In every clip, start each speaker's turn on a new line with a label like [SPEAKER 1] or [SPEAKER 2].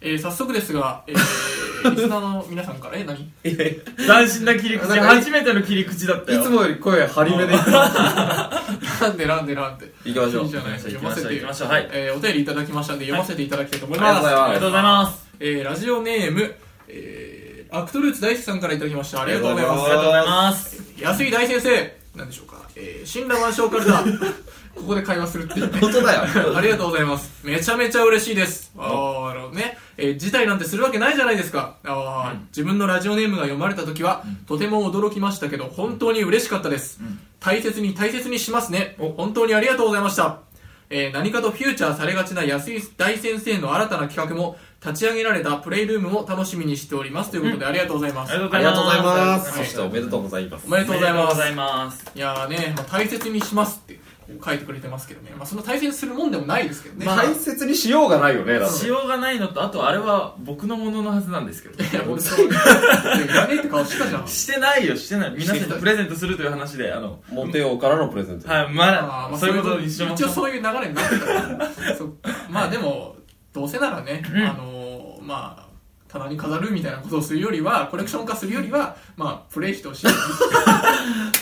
[SPEAKER 1] えー早速ですが、え ー、リスナーの皆さんから、え、何
[SPEAKER 2] いやい
[SPEAKER 3] 斬新な切り口
[SPEAKER 2] なんか
[SPEAKER 3] 初めての切り口だった
[SPEAKER 2] や
[SPEAKER 3] よ
[SPEAKER 2] いつもより声張り目でいきま
[SPEAKER 1] なんでなんでなんで。
[SPEAKER 2] いきましょう
[SPEAKER 1] いいじゃない
[SPEAKER 3] 行
[SPEAKER 1] 読
[SPEAKER 3] きま
[SPEAKER 1] ま
[SPEAKER 3] し
[SPEAKER 1] せ
[SPEAKER 3] ょう
[SPEAKER 1] て
[SPEAKER 3] 行きましょうはい
[SPEAKER 1] えーお便りいただきましたんで、読ませていただきたいと思い
[SPEAKER 2] あり
[SPEAKER 1] ま
[SPEAKER 2] が
[SPEAKER 1] す。
[SPEAKER 2] とうござい
[SPEAKER 3] ありがとうございます
[SPEAKER 1] えーラジオネーム、えーアクトルーツ大好きさんからいただきました。ありがとうござい
[SPEAKER 2] あ
[SPEAKER 1] ま
[SPEAKER 3] あ
[SPEAKER 1] す
[SPEAKER 3] りがとうございます。
[SPEAKER 1] 安井大先生、なんでしょうか。えー、新羅万象カルタ、ここで会話するっていうね
[SPEAKER 2] す。本当だよ
[SPEAKER 1] ありがとうございます。めちゃめちゃ嬉しいです。ああ、なるほどね。えー、事態なんてするわけないじゃないですか。あー自分のラジオネームが読まれた時は、とても驚きましたけど、本当に嬉しかったです。大切に大切にしますね。本当にありがとうございました。えー何かとフューチャーされがちな安井大先生の新たな企画も、立ち上げられたプレイルームも楽しみにしております。ということで、ありがとうございます。
[SPEAKER 2] ありがとうございます
[SPEAKER 1] は
[SPEAKER 2] そ
[SPEAKER 1] い
[SPEAKER 2] しておめでとうございます
[SPEAKER 1] おめでとうございます。
[SPEAKER 3] ありがとうございます
[SPEAKER 1] いやーね、まあ、大切にしますって書いてくれてますけどね、まあ、その大切にするもんでもないですけどね、
[SPEAKER 3] まあ
[SPEAKER 2] 大切にしようがないよねだって
[SPEAKER 3] しようがないのとあとあれは僕のもののはずなんですけど
[SPEAKER 1] いや俺そういやねえって顔した じゃん
[SPEAKER 3] してないよしてない皆さ
[SPEAKER 2] し
[SPEAKER 3] ん
[SPEAKER 2] てな
[SPEAKER 3] に
[SPEAKER 2] い
[SPEAKER 3] プレゼントするという話であの
[SPEAKER 2] モテようからのプレゼント
[SPEAKER 3] はいま
[SPEAKER 1] あー
[SPEAKER 3] だ、
[SPEAKER 1] まあ
[SPEAKER 3] そういうことにしまし
[SPEAKER 1] 一
[SPEAKER 3] ょ
[SPEAKER 1] 応
[SPEAKER 3] う
[SPEAKER 1] そういう流れになってたからそっかまあでもどうせならね、
[SPEAKER 3] うん
[SPEAKER 1] あのーまあ棚に飾るみたいなことをするよりはコレクション化するよりはまあプレイしてほしい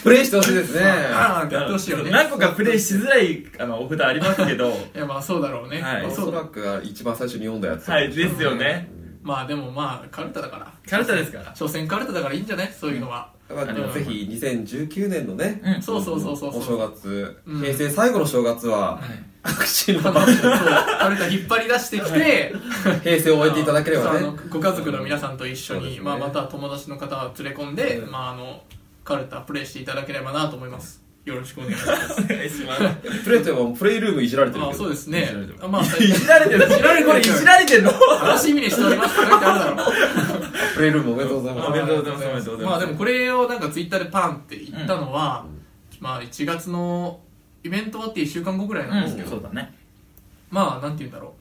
[SPEAKER 2] プレイしてほしいですね
[SPEAKER 1] ああってやってほしいよね
[SPEAKER 3] 何個かプレイしづらいあのお札ありますけど
[SPEAKER 1] いやまあそうだろうね、
[SPEAKER 3] はい
[SPEAKER 1] ま
[SPEAKER 2] お
[SPEAKER 1] あそ
[SPEAKER 2] そう
[SPEAKER 1] だ
[SPEAKER 2] らく一番最初に読んだやつ
[SPEAKER 3] はいですよね
[SPEAKER 1] まあでもまあカルタだから
[SPEAKER 3] カルタですから
[SPEAKER 1] 所詮カルタだからいいんじゃないそういうのは、
[SPEAKER 2] まあ
[SPEAKER 3] ありがとうござ
[SPEAKER 2] ぜ
[SPEAKER 3] います
[SPEAKER 2] ひ2019年のね
[SPEAKER 3] うん
[SPEAKER 1] そうそうそうそうそう
[SPEAKER 2] お正月
[SPEAKER 1] うん
[SPEAKER 2] 平成最後の正月は新
[SPEAKER 1] あ
[SPEAKER 2] 郎
[SPEAKER 1] の
[SPEAKER 2] 版
[SPEAKER 1] そうカルタ引っ張り出してきて、
[SPEAKER 2] 平成を終えていただければ
[SPEAKER 1] そう
[SPEAKER 2] ね
[SPEAKER 1] あのご家族の皆さんと一緒
[SPEAKER 2] そうで
[SPEAKER 1] に、
[SPEAKER 2] すね
[SPEAKER 1] まあ、または友達の方を連れ込んで、
[SPEAKER 2] うん
[SPEAKER 1] まあ、あのカルタプレイしていただければなと思いますよろしくお願いします
[SPEAKER 3] お願いします
[SPEAKER 2] プレイといえばプレイルームいじられてる
[SPEAKER 1] まあ
[SPEAKER 2] け
[SPEAKER 1] そう
[SPEAKER 2] ど
[SPEAKER 1] ですね
[SPEAKER 3] いじられてる
[SPEAKER 1] あまあ
[SPEAKER 3] いじられてるいじられこれいじられてんの
[SPEAKER 1] 楽しみにしており ますって書いてあるだろう
[SPEAKER 2] プレイルームおめでとうござい
[SPEAKER 3] お
[SPEAKER 2] ま
[SPEAKER 3] めで
[SPEAKER 2] す
[SPEAKER 3] とうございますおめでとうござい
[SPEAKER 1] ま
[SPEAKER 3] ま
[SPEAKER 1] あ
[SPEAKER 3] す
[SPEAKER 1] でもこれをなんかツイッターでパンって言ったのは、まあ1月のイベント終わって1週間後ぐらいなんですけど、
[SPEAKER 3] そうだね
[SPEAKER 1] まあなんて言うんだろ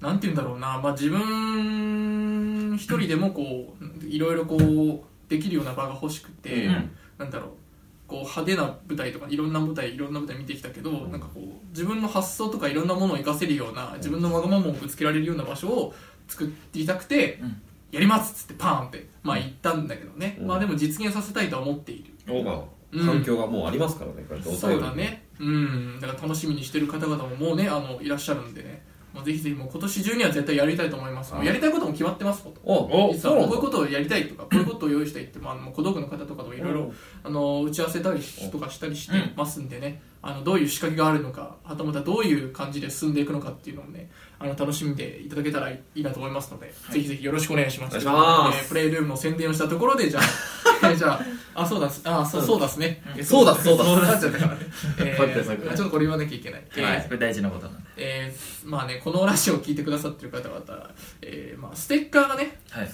[SPEAKER 1] うなんて言うんだろうな、まあ、自分一人でもこういろいろこうできるような場が欲しくて、
[SPEAKER 3] うん
[SPEAKER 1] なんだろうこう派手な舞台とかいろんな舞台いろんな舞台見てきたけど、なんかこう自分の発想とかいろんなものを活かせるような自分のわがままをぶつけられるような場所を作っていたくて、
[SPEAKER 3] うん
[SPEAKER 1] やりますっつってパーンってまあ言ったんだけどね、
[SPEAKER 2] うん
[SPEAKER 1] まあでも実現させたいとは思っている
[SPEAKER 2] まあ
[SPEAKER 1] うん
[SPEAKER 2] 環境がもうありますからねこうやってお
[SPEAKER 1] そ
[SPEAKER 2] 便
[SPEAKER 1] う
[SPEAKER 2] り
[SPEAKER 1] だねうんだから楽しみにしてる方々ももうねあのいらっしゃるんでねもうぜひぜひもう今年中には絶対やりたいと思いますもうやりたいことも決まってますもん
[SPEAKER 2] お
[SPEAKER 3] お
[SPEAKER 1] 実はこういうことをやりたいとかこういうことを用意したいって、まあ、あの小道具の方とかといろいろあの打ち合わせたりしとかしたりしてますんでねあのどういう仕掛けがあるのかはたまたどういう感じで進んでいくのかっていうのをねあの楽しんでいただけたらいいなと思いますので、ぜひぜひよろしくお願いします
[SPEAKER 2] お願いします
[SPEAKER 1] えープレイルームの宣伝をしたところでじゃ あえーじゃああそうだすあそうそうだっすね、え
[SPEAKER 2] そうだそうだ
[SPEAKER 1] なっちゃったからね、 え
[SPEAKER 3] 待って待って
[SPEAKER 1] ー、ちょっとこれ言わなきゃいけない、えー
[SPEAKER 3] はいこれ大事なことなんで
[SPEAKER 1] えーまあねこのラジオを聞いてくださってる方々、えーまあ、ステッカーがね
[SPEAKER 3] はい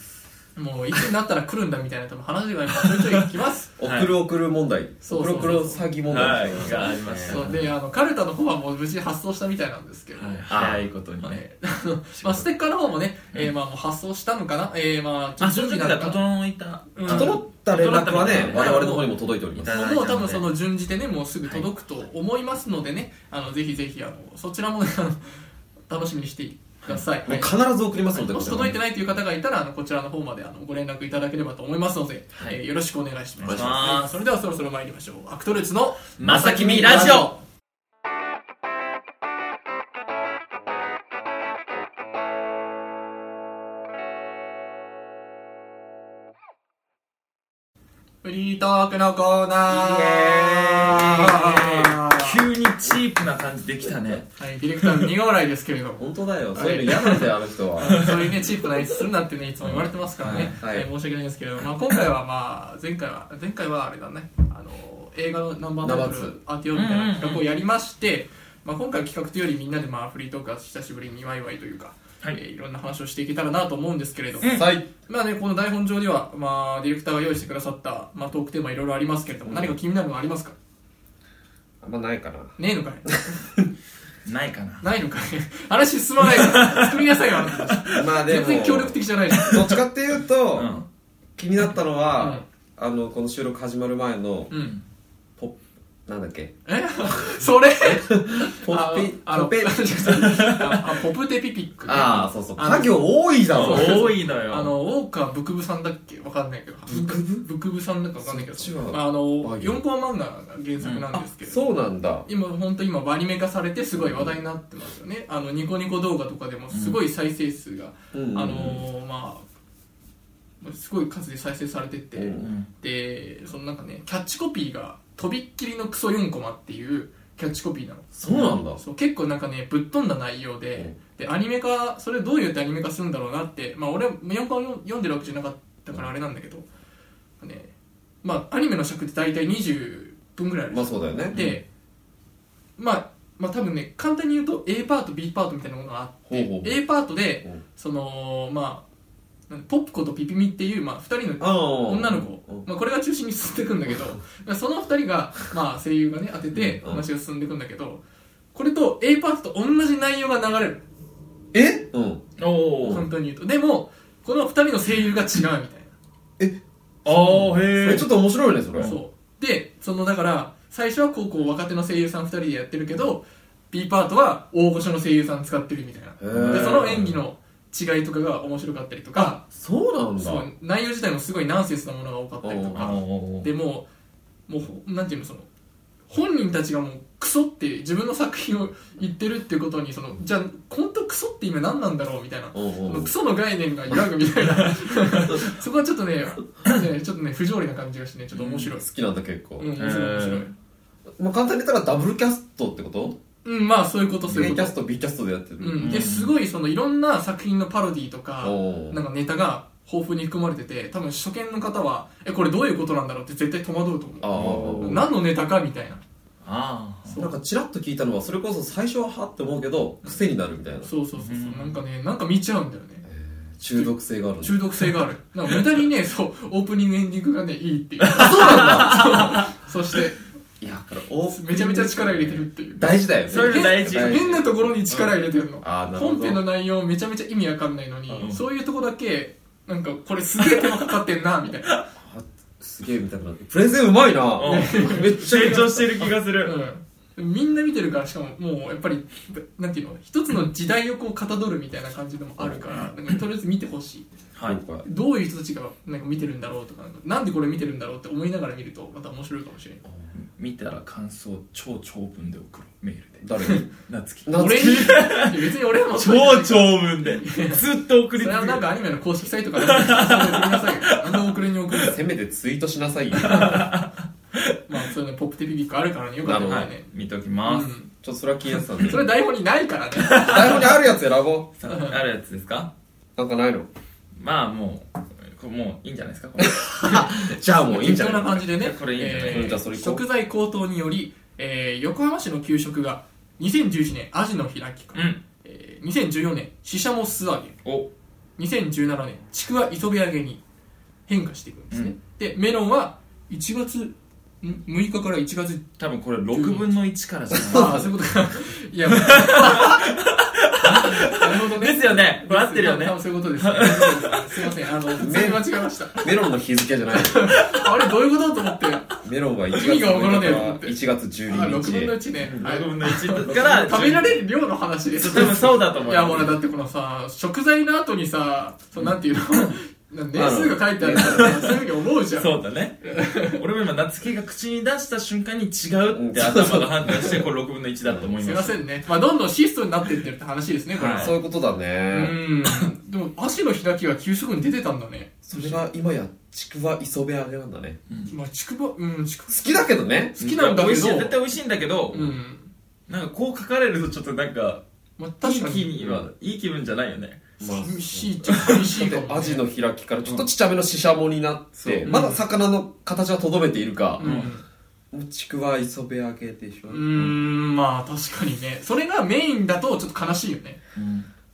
[SPEAKER 1] もういつになったら来るんだみたいな多分話が今ちょいちょい来ます
[SPEAKER 2] 送る送る問題
[SPEAKER 1] そう
[SPEAKER 2] 送
[SPEAKER 1] そう
[SPEAKER 2] る
[SPEAKER 1] そう
[SPEAKER 2] 送る詐欺問題
[SPEAKER 3] はいがありました
[SPEAKER 1] そうであのカルタの方はもう無事発送したみたいなんですけど、
[SPEAKER 3] はい早いことに
[SPEAKER 1] まあ
[SPEAKER 3] ね
[SPEAKER 1] ねあのまあ、ステッカーの方もね、えーまあ、もう発送したのかな、えーまあ、ちょっと準備なのかな
[SPEAKER 3] 整いた
[SPEAKER 1] うん
[SPEAKER 2] 整った連絡はね
[SPEAKER 3] 整った
[SPEAKER 2] 我
[SPEAKER 3] 連絡
[SPEAKER 2] 々の方にも届いております
[SPEAKER 3] た
[SPEAKER 1] もう多分その順次でねもうすぐ届くと思いますのでね、あのぜひぜひあのそちらも、ね、あの楽しみにしてください、
[SPEAKER 2] もう
[SPEAKER 1] はい
[SPEAKER 2] 必ず送りますので
[SPEAKER 1] もし届いてないという方がいたらあのこちらの方まであのご連絡いただければと思いますので、
[SPEAKER 3] はい
[SPEAKER 1] えーよろしくお願いします
[SPEAKER 3] お願いします
[SPEAKER 1] はいそれではそろそろ参りましょうアクトルーツの「
[SPEAKER 3] まさきみラジオ」
[SPEAKER 1] フリートークのコーナー
[SPEAKER 3] 急にチープな感じできたね
[SPEAKER 1] はい、ディレクターの苦笑いですけれども
[SPEAKER 2] 本当だよそういうの嫌なんだよあの人は
[SPEAKER 1] そういうね、チープな演出するなってね、いつも言われてますからね、
[SPEAKER 2] はいはい
[SPEAKER 1] えー申し訳ないんですけど、まあ、今回はまあ、前回は、前回はあれだね、あの映画のナンバータイト
[SPEAKER 2] ナンバ
[SPEAKER 1] ル当てようみたいな企画をやりまして、まあ、今回は企画というよりみんなでまあフリートークは久しぶりにワイワイというか、
[SPEAKER 3] はい
[SPEAKER 1] いえーいろんな話をしていけたらなと思うんですけれども、
[SPEAKER 2] はい
[SPEAKER 1] まあね、この台本上では、まあ、ディレクターが用意してくださった、まあ、トークテーマいろいろありますけれども、何か気になるのありますか
[SPEAKER 2] あんまないかな
[SPEAKER 1] ねえのかい
[SPEAKER 3] ないかな
[SPEAKER 1] ないのかい 話進まないから作りなさいよあなたたち
[SPEAKER 2] まあで
[SPEAKER 1] 全
[SPEAKER 2] も
[SPEAKER 1] 然協力的じゃないじゃん
[SPEAKER 2] どっちかっていうと、
[SPEAKER 3] うん
[SPEAKER 2] 気になったのは、あのこの収録始まる前の
[SPEAKER 1] うん
[SPEAKER 2] ポップなんだっけ
[SPEAKER 1] え それ
[SPEAKER 2] ポッピ
[SPEAKER 1] あの
[SPEAKER 2] ポペ
[SPEAKER 1] あポプテピピックね、
[SPEAKER 2] ああそうそう
[SPEAKER 1] あの
[SPEAKER 2] 家業多いじゃんそれ
[SPEAKER 3] 多いのよ
[SPEAKER 1] あの、ウォーカーブクブさんだっけわかんないけど。ブクブブクブさんだかわかんないけど。
[SPEAKER 2] そっちは
[SPEAKER 1] まああの、
[SPEAKER 2] バギー
[SPEAKER 1] 4コマ漫画が原作なんですけど。
[SPEAKER 2] そうなんだ
[SPEAKER 1] 今、本当今、アニメ化されてすごい話題になってますよね。あの、ニコニコ動画とかでもすごい再生数が、
[SPEAKER 2] うん
[SPEAKER 1] あのーまあ、すごい数で再生されてて、
[SPEAKER 2] う
[SPEAKER 3] うんん
[SPEAKER 1] で、そのなんかね、キャッチコピーが、とびっきりのクソ4コマっていうキャッチコピーなの。
[SPEAKER 2] そうなんだ
[SPEAKER 1] そう結構なんかねぶっ飛んだ内容で,、でアニメ化それどういうってアニメ化するんだろうなってまあ俺4巻を読んでるわけじゃなかったからあれなんだけど、ねまあアニメの尺って大体20分ぐらいある
[SPEAKER 2] まあそうだよね
[SPEAKER 1] で、まあまあ多分ね簡単に言うと A パート B パートみたいなものがあって
[SPEAKER 2] ほうほうほう
[SPEAKER 1] A パートで、
[SPEAKER 2] うん
[SPEAKER 1] そのまあなんポップコとピピミっていう、まあ、2人の
[SPEAKER 2] ああ
[SPEAKER 1] 女の子、まあ、これが中心に進んでいくんだけど、まあ、その2人が、まあ、声優がね当てて
[SPEAKER 2] うん
[SPEAKER 1] 話が進んでいくんだけどこれと A パートと同じ内容が流れる
[SPEAKER 2] えうん
[SPEAKER 3] おお
[SPEAKER 1] 簡単に言うとでもこの2人の声優が違うみたい
[SPEAKER 3] ああ
[SPEAKER 2] そ
[SPEAKER 3] へ
[SPEAKER 2] れ
[SPEAKER 3] え
[SPEAKER 2] ちょっと面白いねそれ
[SPEAKER 1] なそうでそのだから最初は高校若手の声優さん2人でやってるけど B パートは大御所の声優さん使ってるみたい
[SPEAKER 2] へ
[SPEAKER 1] な
[SPEAKER 2] ー
[SPEAKER 1] でその演技の違いとかが面白かったりとか
[SPEAKER 2] そうなんだ
[SPEAKER 1] そう内容自体もすごいナンセンスなものが多かったりと
[SPEAKER 2] あ
[SPEAKER 1] か
[SPEAKER 3] おお
[SPEAKER 1] でもうもうほなんていうのその本人たちがもうクソって自分の作品を言ってるってことにそのじゃあ本当クソって今何なんだろうみたいな、
[SPEAKER 2] うんうん
[SPEAKER 1] そのクソの概念が揺らぐみたい なそこはちょっとねねちょっとね不条理な感じがしてねちょっと面白い、
[SPEAKER 2] 好きなんだ結構、
[SPEAKER 1] うん、面白い面白い、
[SPEAKER 3] へー
[SPEAKER 2] まあ、簡単に言ったらダブルキャストってこと
[SPEAKER 1] うんまあそういうことそういう
[SPEAKER 2] A
[SPEAKER 1] こ
[SPEAKER 2] キ
[SPEAKER 1] と
[SPEAKER 2] ャスト B キャストでやってる、
[SPEAKER 1] うん、ですごいそのいろんな作品のパロディとか
[SPEAKER 2] おー
[SPEAKER 1] なんかネタが豊富に含まれてて多分初見の方はえこれどういうことなんだろうって絶対戸惑うと
[SPEAKER 2] あ
[SPEAKER 1] 思う
[SPEAKER 2] あ
[SPEAKER 1] 何のネタかみたいな
[SPEAKER 3] あ
[SPEAKER 1] そう
[SPEAKER 2] なんかちらっと聞いたのはそれこそ最初ははって思うけど癖になるみたいな
[SPEAKER 1] そうそうそうそう、
[SPEAKER 3] うん
[SPEAKER 1] なんかねなんか見ちゃうんだよね
[SPEAKER 2] 中毒性がある
[SPEAKER 1] 中毒性があるなんか無駄にねそうオープニングエンディングがねいいっていうそうなんだそうそして
[SPEAKER 2] いやだからお
[SPEAKER 1] めちゃめちゃ力入れてるっていう
[SPEAKER 2] 大事だよね
[SPEAKER 3] それが大事
[SPEAKER 2] 大事
[SPEAKER 1] 変なところに力入れてるの、
[SPEAKER 2] あーなるほど
[SPEAKER 1] 本編の内容めちゃめちゃ意味わかんないのに、
[SPEAKER 3] うん
[SPEAKER 1] そういうとこだけなんかこれすげえ手間かかってんなみたいな、
[SPEAKER 2] すげえ見たくなってプレゼンうまいな、
[SPEAKER 3] うん
[SPEAKER 2] めっちゃ
[SPEAKER 3] 成長してる気がする
[SPEAKER 1] うん、みんな見てるからしかももうやっぱりなんていうの一つの時代をこうかたどるみたいな感じでもあるからなんかとりあえず見てほしい
[SPEAKER 3] はい
[SPEAKER 2] なんか
[SPEAKER 1] どういう人たちがなんか見てるんだろうとかなんかなんでこれ見てるんだろうって思いながら見るとまた面白いかもしれない
[SPEAKER 3] 見たら感想超長文で送ろうメールで
[SPEAKER 2] 誰
[SPEAKER 3] 夏希
[SPEAKER 2] な
[SPEAKER 1] 俺にいや別に俺も
[SPEAKER 3] 超長文でずっと送
[SPEAKER 1] そ
[SPEAKER 3] り
[SPEAKER 1] れは
[SPEAKER 3] 続け
[SPEAKER 1] なん
[SPEAKER 3] る
[SPEAKER 1] かアニメの公式サイトから送りなさいよなんで送れに送る
[SPEAKER 2] せめてツイートしなさいよ
[SPEAKER 1] まあそういうのポップテピピックあるからねよかった
[SPEAKER 2] な
[SPEAKER 1] ら
[SPEAKER 2] る
[SPEAKER 1] ね
[SPEAKER 3] 見ときます
[SPEAKER 2] ちょっとそれは気になってたん
[SPEAKER 1] うん
[SPEAKER 2] で
[SPEAKER 1] それ台本にないからね
[SPEAKER 2] 台本にあるやつ選ぼ
[SPEAKER 3] さああるやつですか
[SPEAKER 2] うなんかないの
[SPEAKER 3] まあもうこれもういいんじゃない ですかこれ
[SPEAKER 2] じゃあもういいんじゃ
[SPEAKER 1] こんな
[SPEAKER 2] ない
[SPEAKER 1] 感じでね
[SPEAKER 3] これいいんじゃない
[SPEAKER 1] え
[SPEAKER 2] うんじゃあそれ
[SPEAKER 1] ー
[SPEAKER 2] 行こう
[SPEAKER 1] 食材高騰により、えー横浜市の給食が2011年アジの開きか、
[SPEAKER 3] うん
[SPEAKER 1] えー2014年シシャモ素揚げ
[SPEAKER 3] お
[SPEAKER 1] 2017年ちくわ磯辺揚げに変化していくんですね、
[SPEAKER 3] うん
[SPEAKER 1] でメロンは1月ん6日から1月
[SPEAKER 3] 多分これ6分の1からじゃない
[SPEAKER 1] ああそういう ことかいやなるほどね
[SPEAKER 3] ですよねこれ合ってるよね
[SPEAKER 1] 多分そういうことですねす いませんあの全然間違えました
[SPEAKER 2] メロンの日付じゃない
[SPEAKER 1] あれどういうことと思ってあ
[SPEAKER 2] メロンは1月
[SPEAKER 1] 意味がわからねえ
[SPEAKER 2] 1
[SPEAKER 1] と思って
[SPEAKER 2] 月12
[SPEAKER 1] 6分の
[SPEAKER 2] 日
[SPEAKER 1] 1ね、はい
[SPEAKER 3] 6分の1から
[SPEAKER 1] 食べられる量の話です
[SPEAKER 3] 多分そうだと思
[SPEAKER 1] い
[SPEAKER 3] い
[SPEAKER 1] やもう
[SPEAKER 3] ま
[SPEAKER 1] ね
[SPEAKER 3] す
[SPEAKER 1] だってこのさ食材の後にさそうなんていうの な年数が書いてあるからそういうふうに思うじゃん
[SPEAKER 3] そうだね俺も今夏希が口に出した瞬間に違うって頭が判断してこれ6分の1だと思い
[SPEAKER 1] すい
[SPEAKER 3] ま
[SPEAKER 1] ますせんね、まあ、どんどん質素になってってるって話ですねこれ、
[SPEAKER 3] はい
[SPEAKER 2] そういうことだね
[SPEAKER 1] うんでも足の開きが急速に出てたんだね
[SPEAKER 2] それが今やちくわ磯辺揚げなんだね
[SPEAKER 1] まあちくばうんちく
[SPEAKER 2] 好きだけどね
[SPEAKER 1] 好きなんだけ
[SPEAKER 3] 美味しい
[SPEAKER 1] ど
[SPEAKER 3] 絶対美味しいんだけど、
[SPEAKER 1] うん
[SPEAKER 3] なんかこう書かれるとちょっとなんか
[SPEAKER 1] まあ
[SPEAKER 3] い
[SPEAKER 1] 確
[SPEAKER 3] い
[SPEAKER 1] か
[SPEAKER 3] 気
[SPEAKER 1] に
[SPEAKER 3] にはいい気分じゃないよね
[SPEAKER 2] まあ
[SPEAKER 1] 寂しいっちゃ寂しいかも、 ね、
[SPEAKER 2] アジの開きからちょっとちっちゃめのししゃもになって、
[SPEAKER 3] そう
[SPEAKER 2] まだ魚の形はとどめているか
[SPEAKER 1] う、ん、
[SPEAKER 2] もうちくわ磯辺揚げでしょ、
[SPEAKER 1] うーんまあ確かにねそれがメインだとちょっと悲しいよね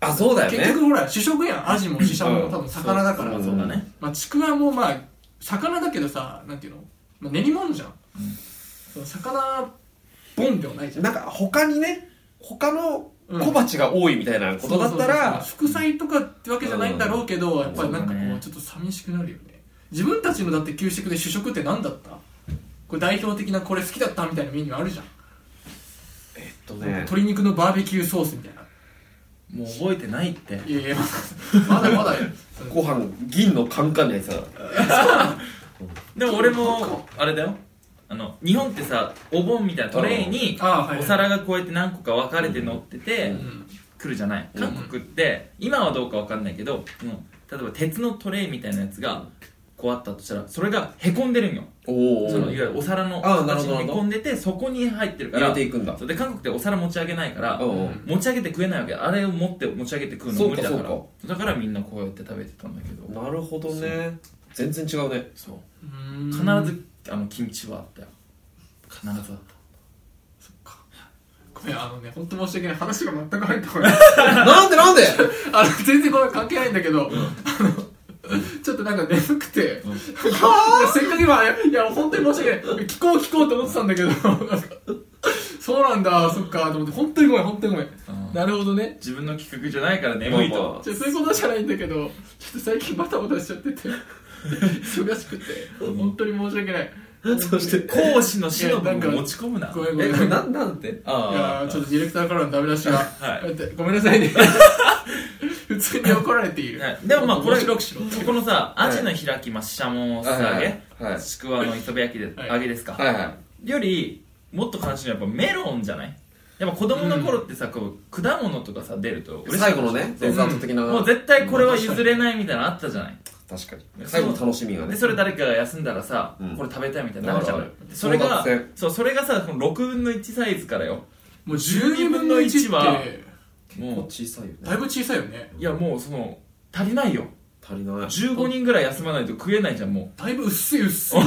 [SPEAKER 2] あそうだよね
[SPEAKER 1] 結局ほら主食やんアジもシシャモも多分魚だから、
[SPEAKER 2] うん
[SPEAKER 3] そうだね
[SPEAKER 1] まあ、ちくわもまあ魚だけどさなんていうの、まあ、練り物じゃん、その魚ボンではないじゃん
[SPEAKER 2] なんか他にね他の
[SPEAKER 1] うん
[SPEAKER 2] 小鉢が多いみたいなことだったら、
[SPEAKER 1] そうそうそうそう副菜とかってわけじゃないんだろうけど、やっぱりなんかこ
[SPEAKER 3] そうだ
[SPEAKER 1] う
[SPEAKER 3] ね
[SPEAKER 1] ちょっと寂しくなるよね自分たちのだって給食で主食って何だったこれ代表的なこれ好きだったみたいなメニューあるじゃん、
[SPEAKER 3] えっとね
[SPEAKER 1] 鶏肉のバーベキューソースみたいな
[SPEAKER 3] もう覚えてないって
[SPEAKER 1] いやいやまだまだよ
[SPEAKER 2] ご飯銀のカンカンに入ってたから
[SPEAKER 3] でも俺もあれだよあの日本ってさお盆みたいなトレイに
[SPEAKER 1] ああはいはい
[SPEAKER 3] お皿がこうやって何個か分かれて乗ってて
[SPEAKER 1] うん
[SPEAKER 3] 来るじゃない
[SPEAKER 2] うん
[SPEAKER 3] 韓国って今はどうか分かんないけどもう例えば鉄のトレイみたいなやつがこうあったとしたらそれがへこんでるんよ
[SPEAKER 2] お
[SPEAKER 3] そのいわゆるお皿の
[SPEAKER 2] ああなる
[SPEAKER 3] 形
[SPEAKER 2] ほど
[SPEAKER 3] にへこんでてそこに入ってるか
[SPEAKER 2] 入れ
[SPEAKER 3] ら
[SPEAKER 2] ていくんだ
[SPEAKER 3] そうで韓国ってお皿持ち上げないから
[SPEAKER 2] おうおう
[SPEAKER 3] 持ち上げて食えないわけあれを持って持ち上げて食うの無理だから
[SPEAKER 2] そうか
[SPEAKER 3] だからみんなこうやって食べてたんだけど
[SPEAKER 2] なるほどね全然違うね
[SPEAKER 3] そう
[SPEAKER 1] うん
[SPEAKER 3] 必ずあのキムチはあったよ必ずあった
[SPEAKER 1] ごめんあのね本当申し訳ない話が全く入ってこない
[SPEAKER 2] なんでなんで
[SPEAKER 1] あの全然これ関係ないんだけど、あのちょっとなんか眠くて、
[SPEAKER 3] ん
[SPEAKER 1] せっかく今いや本当に申し訳ない聞こう聞こうと思ってたんだけど なんかそうなんだそっかと思って本当にごめん本当にごめん
[SPEAKER 3] うん
[SPEAKER 1] なるほどね
[SPEAKER 3] 自分の企画じゃないから眠い
[SPEAKER 2] まあま
[SPEAKER 3] と
[SPEAKER 2] あ
[SPEAKER 1] じゃあそういうことじゃないんだけどちょっと最近バタバタしちゃってて忙しくて本当に申し訳ない
[SPEAKER 2] そして
[SPEAKER 3] 講師の死の部分を持ち込むな
[SPEAKER 1] ごめんごめ
[SPEAKER 2] え
[SPEAKER 1] んい
[SPEAKER 2] なんなんて
[SPEAKER 1] や
[SPEAKER 2] あ
[SPEAKER 1] ーちょっとディレクターからのダメ出しが、
[SPEAKER 3] はい
[SPEAKER 1] だってごめんなさいね普通に怒られている、
[SPEAKER 3] はいでもまあこれ
[SPEAKER 1] 面白
[SPEAKER 3] こ
[SPEAKER 1] くしろ
[SPEAKER 3] このさアジの開きまししゃも素揚げ
[SPEAKER 2] はいはい
[SPEAKER 3] ちくわの磯辺焼きで
[SPEAKER 1] はい
[SPEAKER 3] 揚げですか
[SPEAKER 2] あはいはい
[SPEAKER 3] よりもっと関心はやっぱメロンじゃないやっぱ子供の頃ってさ、こう果物とかさ出ると嬉しい
[SPEAKER 2] 最後のねデザート的な
[SPEAKER 3] もう絶対これは譲れないみたいなのあったじゃない
[SPEAKER 2] 確か
[SPEAKER 3] そう
[SPEAKER 2] に最後の楽しみが
[SPEAKER 3] で
[SPEAKER 2] ね
[SPEAKER 3] それ誰かが休んだらさ、
[SPEAKER 2] うん
[SPEAKER 3] これ食べたいみたいになるじゃ
[SPEAKER 2] あ
[SPEAKER 3] な
[SPEAKER 2] る
[SPEAKER 3] い
[SPEAKER 2] ある
[SPEAKER 3] それが
[SPEAKER 2] 争奪戦
[SPEAKER 3] そうそれがさこの6分の1サイズからよ
[SPEAKER 1] もう12分の1って
[SPEAKER 3] は
[SPEAKER 2] もう
[SPEAKER 3] も
[SPEAKER 2] 小さいよ
[SPEAKER 1] だ
[SPEAKER 2] ね
[SPEAKER 1] いぶ小さいよね
[SPEAKER 3] ういやもうその足りないよ
[SPEAKER 2] 足りない
[SPEAKER 3] 15人ぐらい休まないと食えないじゃんも
[SPEAKER 1] だいぶ薄いう薄い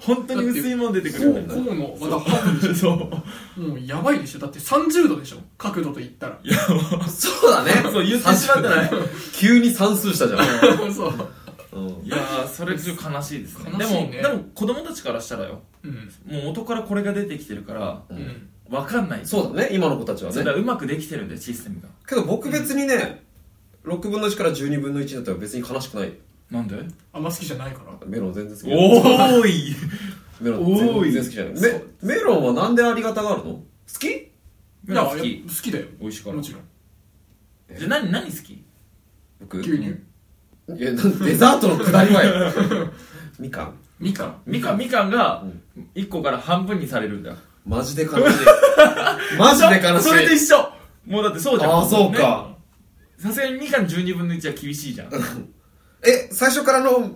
[SPEAKER 3] 本当に薄いもん出てく
[SPEAKER 1] こ
[SPEAKER 3] る
[SPEAKER 1] う
[SPEAKER 3] よね
[SPEAKER 1] こうのまたハーフでし
[SPEAKER 3] そう
[SPEAKER 1] ょもうやばいでしょだって30度でしょ角度と言ったら
[SPEAKER 2] そうだね
[SPEAKER 3] そう言ってしまったら
[SPEAKER 2] 急に算数したじゃん
[SPEAKER 1] そう
[SPEAKER 2] うん
[SPEAKER 3] いやーそれちょっと悲しいですね
[SPEAKER 1] 悲しいね
[SPEAKER 3] でもでも子供たちからしたらよ
[SPEAKER 1] うん
[SPEAKER 3] もう元からこれが出てきてるから
[SPEAKER 1] う
[SPEAKER 2] うん
[SPEAKER 1] ん
[SPEAKER 3] わかんない
[SPEAKER 2] そうだね今の子たちは
[SPEAKER 3] そう
[SPEAKER 2] ね
[SPEAKER 3] だうまくできてるんだよシステムが
[SPEAKER 2] けど僕別にね6分の1から12分の1だったら別に悲しくない
[SPEAKER 3] なんで
[SPEAKER 1] あんま好きじゃないから
[SPEAKER 2] メロン全然好き
[SPEAKER 3] おーい
[SPEAKER 2] メロン
[SPEAKER 3] おーい
[SPEAKER 2] 全然好きじゃないメメロンはなんでありがたがあるの好き
[SPEAKER 3] メロン好
[SPEAKER 1] いや
[SPEAKER 3] き
[SPEAKER 1] 好きだよ
[SPEAKER 3] 美味しいから
[SPEAKER 1] もちろん
[SPEAKER 3] じゃあ何何好き
[SPEAKER 2] 僕
[SPEAKER 1] 牛乳
[SPEAKER 2] いやなんデザートのくだりは よみかん
[SPEAKER 1] みかん
[SPEAKER 3] みかんみかんが
[SPEAKER 2] うん
[SPEAKER 3] 1個から半分にされるんだよ
[SPEAKER 2] マジで 悲しいマジで悲しい
[SPEAKER 3] それと一緒もうだってそうじゃん
[SPEAKER 2] ああそうか、
[SPEAKER 3] ねさすがにみかん12分の1は厳しいじゃん
[SPEAKER 2] え最初からの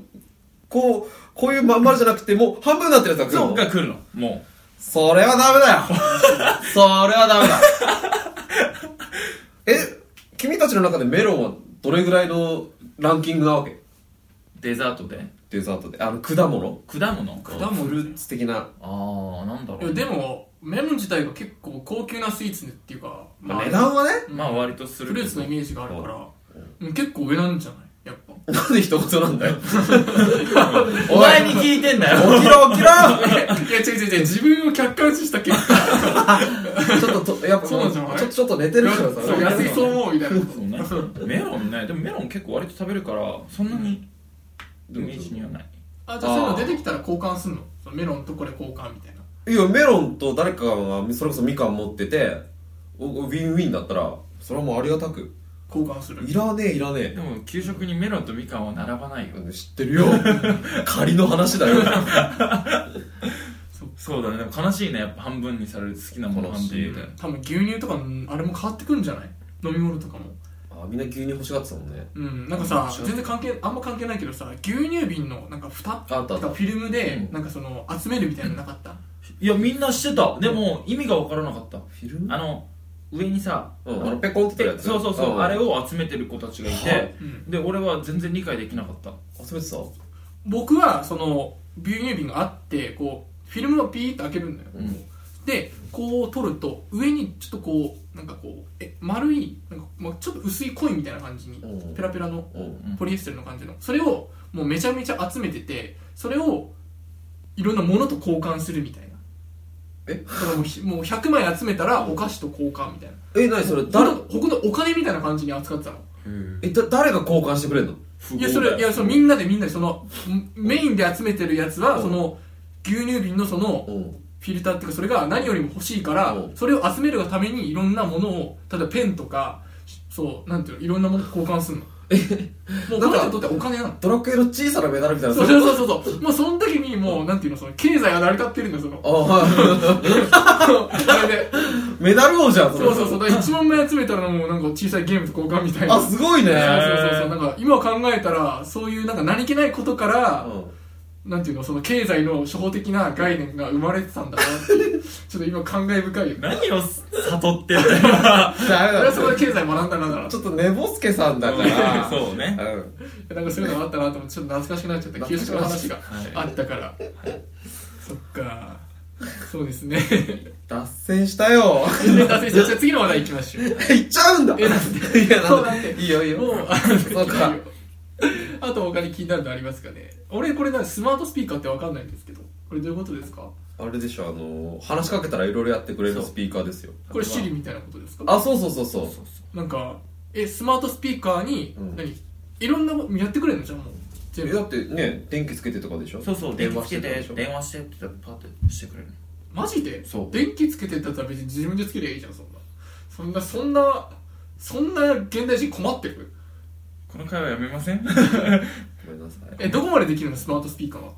[SPEAKER 2] こうこういうまん丸じゃなくてもう半分になってるやつが来るの
[SPEAKER 3] そうが来るのも
[SPEAKER 2] それはダメだよ それはダメだ え君たちの中でメロンはどれぐらいのランキングなわけ
[SPEAKER 3] うデザートで
[SPEAKER 2] デザートであの果物
[SPEAKER 3] 果物果
[SPEAKER 1] 果物
[SPEAKER 2] フルーツ的な、
[SPEAKER 3] ああなんだろ
[SPEAKER 1] いうや
[SPEAKER 3] ね
[SPEAKER 1] でもメロン自体が結構高級なスイーツっていうか、まあ、
[SPEAKER 2] 値段はね
[SPEAKER 3] まあ割とする
[SPEAKER 1] フ
[SPEAKER 3] け
[SPEAKER 1] ル
[SPEAKER 3] ど
[SPEAKER 1] ーツのイメージがあるからうん結構上なんじゃないやっぱ
[SPEAKER 2] なんで一言なんだよ
[SPEAKER 3] お前に聞いてんだ よ
[SPEAKER 2] 起きろ起 きろ
[SPEAKER 1] いや違う違う違う自分を客観視した結果
[SPEAKER 2] ちょっととやっぱ
[SPEAKER 1] そうなんじゃない
[SPEAKER 2] ちょちょっと寝てるからさ
[SPEAKER 1] そう安いそう思うみたいな
[SPEAKER 3] そうねメロンねでもメロン結構割と食べるからそんなにイメージにはない
[SPEAKER 1] あじゃあそういうの出てきたら交換すんのそのメロンとこれ交換みたいない
[SPEAKER 2] やメロンと誰かがそれこそみかん持ってておウィンウィンだったらそれはもうありがたく
[SPEAKER 1] 交換する
[SPEAKER 2] いらねえいらね
[SPEAKER 3] でも給食にメロンとみかんは並ばないよ
[SPEAKER 2] え知ってるよ仮の話だよ
[SPEAKER 3] そうだねでも悲しいねやっぱ半分にされる好きなもの半分みたいな
[SPEAKER 1] 多分牛乳とかのあれも変わってくるんじゃない飲み物とかも
[SPEAKER 2] あみんな牛乳欲しがってたもんね
[SPEAKER 1] うんなんかさ全然関係あんま関係ないけどさ牛乳瓶のなんか蓋
[SPEAKER 2] あったあ
[SPEAKER 1] と
[SPEAKER 2] った
[SPEAKER 1] かフィルムで
[SPEAKER 3] うん
[SPEAKER 1] なんかその集めるみたいなのなかった
[SPEAKER 3] いやみんなしてたでも意味が分からなかった
[SPEAKER 2] フィルム
[SPEAKER 3] あの上にさ、
[SPEAKER 2] うんあのペコンってやつ
[SPEAKER 3] そうそうそう、
[SPEAKER 2] ん
[SPEAKER 3] あれを集めてる子たちがいて、
[SPEAKER 2] はい
[SPEAKER 1] うん
[SPEAKER 3] で俺は全然理解できなかった
[SPEAKER 2] 集めてた
[SPEAKER 1] 僕はその牛乳瓶があってこうフィルムをピーッと開けるんだよ、
[SPEAKER 2] うん
[SPEAKER 1] でこう取ると上にちょっとこうなんかこうえ丸いなんか、まあ、ちょっと薄いコインみたいな感じに
[SPEAKER 2] うん
[SPEAKER 1] ペラペラの
[SPEAKER 2] うん
[SPEAKER 1] ポリエステルの感じのそれをもうめちゃめちゃ集めててそれをいろんなものと交換するみたいな
[SPEAKER 2] え
[SPEAKER 1] だからもうひもう100枚集めたらお菓子と交換みたいな
[SPEAKER 2] え何それ
[SPEAKER 1] 誰
[SPEAKER 2] 誰
[SPEAKER 1] 僕のお金みたいな感じに扱ってたの
[SPEAKER 2] えだ誰が交換してくれんの
[SPEAKER 3] 不
[SPEAKER 1] いやそれいやそのみんなでみんなでそのんメインで集めてるやつはその牛乳瓶のその
[SPEAKER 2] うん
[SPEAKER 1] フィルターっていうかそれが何よりも欲しいから
[SPEAKER 2] うん
[SPEAKER 1] それを集めるがためにいろんなものを例えばペンとかそうなんていうのいろんなもの交換するのもう
[SPEAKER 2] なん
[SPEAKER 1] 彼
[SPEAKER 2] か
[SPEAKER 1] 女にとってはお金なの
[SPEAKER 2] ドラクエの小さなメダルみたいな
[SPEAKER 1] そうそうそうそうそうもうその時にもうなんていうのその経済が成り立ってるんだよその
[SPEAKER 2] あはい
[SPEAKER 1] それで
[SPEAKER 2] メダル王じゃん
[SPEAKER 1] そうそうそううだ1問目集めたらもうなんか小さいゲームと交換みたいな
[SPEAKER 2] あすごいね
[SPEAKER 1] そうそうそうそうなんか今考えたらそういうなんか何気ないことから、なんていうのその経済の初歩的な概念が生まれてたんだなっていうちょっと今感慨深いよね
[SPEAKER 3] 何を悟ってんだよ
[SPEAKER 2] うんダメ
[SPEAKER 1] それは
[SPEAKER 2] だ
[SPEAKER 1] そこで経済学んだなだな
[SPEAKER 2] ちょっと寝ぼすけさんだ から
[SPEAKER 3] そうね
[SPEAKER 2] うん
[SPEAKER 1] なんかそういうのがあったなと思ってちょっと懐かしくなっちゃった給食の話が
[SPEAKER 3] はい
[SPEAKER 1] あったから、そっかそうですね
[SPEAKER 2] 脱線したよ
[SPEAKER 1] 全然脱線しちゃったじゃあ次の話題いきましょう
[SPEAKER 2] 行っちゃうんだ
[SPEAKER 1] えだって
[SPEAKER 2] いや
[SPEAKER 1] そ
[SPEAKER 2] な
[SPEAKER 1] うんだっ
[SPEAKER 2] で
[SPEAKER 1] て
[SPEAKER 2] いいよいい
[SPEAKER 1] も
[SPEAKER 2] よ
[SPEAKER 1] うあ
[SPEAKER 2] そう か
[SPEAKER 1] あと他に気になるのありますかね俺これなんスマートスピーカーってわかんないんですけどこれどういうことですか
[SPEAKER 2] あれでしょあの話しかけたらいろいろやってくれるスピーカーですよ
[SPEAKER 1] これ Siri みたいなことですか
[SPEAKER 2] あそうそうそうそう
[SPEAKER 3] そうそう
[SPEAKER 1] なんかえスマートスピーカーに、
[SPEAKER 2] うん
[SPEAKER 1] 何いろんなことやってくれるのじゃんもう全
[SPEAKER 2] え
[SPEAKER 1] 部
[SPEAKER 2] だってね電気つけてとかでしょ
[SPEAKER 3] そうそう、電
[SPEAKER 2] 電
[SPEAKER 3] 話
[SPEAKER 2] 話
[SPEAKER 3] し
[SPEAKER 2] しててたで
[SPEAKER 3] て
[SPEAKER 2] しょ、
[SPEAKER 3] 電話してって言ったらパッてしてくれるの。
[SPEAKER 1] マジで
[SPEAKER 2] そう
[SPEAKER 1] 電気つけてたったら別に自分でつけりゃいいじゃんそんなそんなそんなそんな現代人困ってる
[SPEAKER 3] この会話やめません
[SPEAKER 2] ごめんなさい
[SPEAKER 1] えどこまでできるのスマートスピーカーは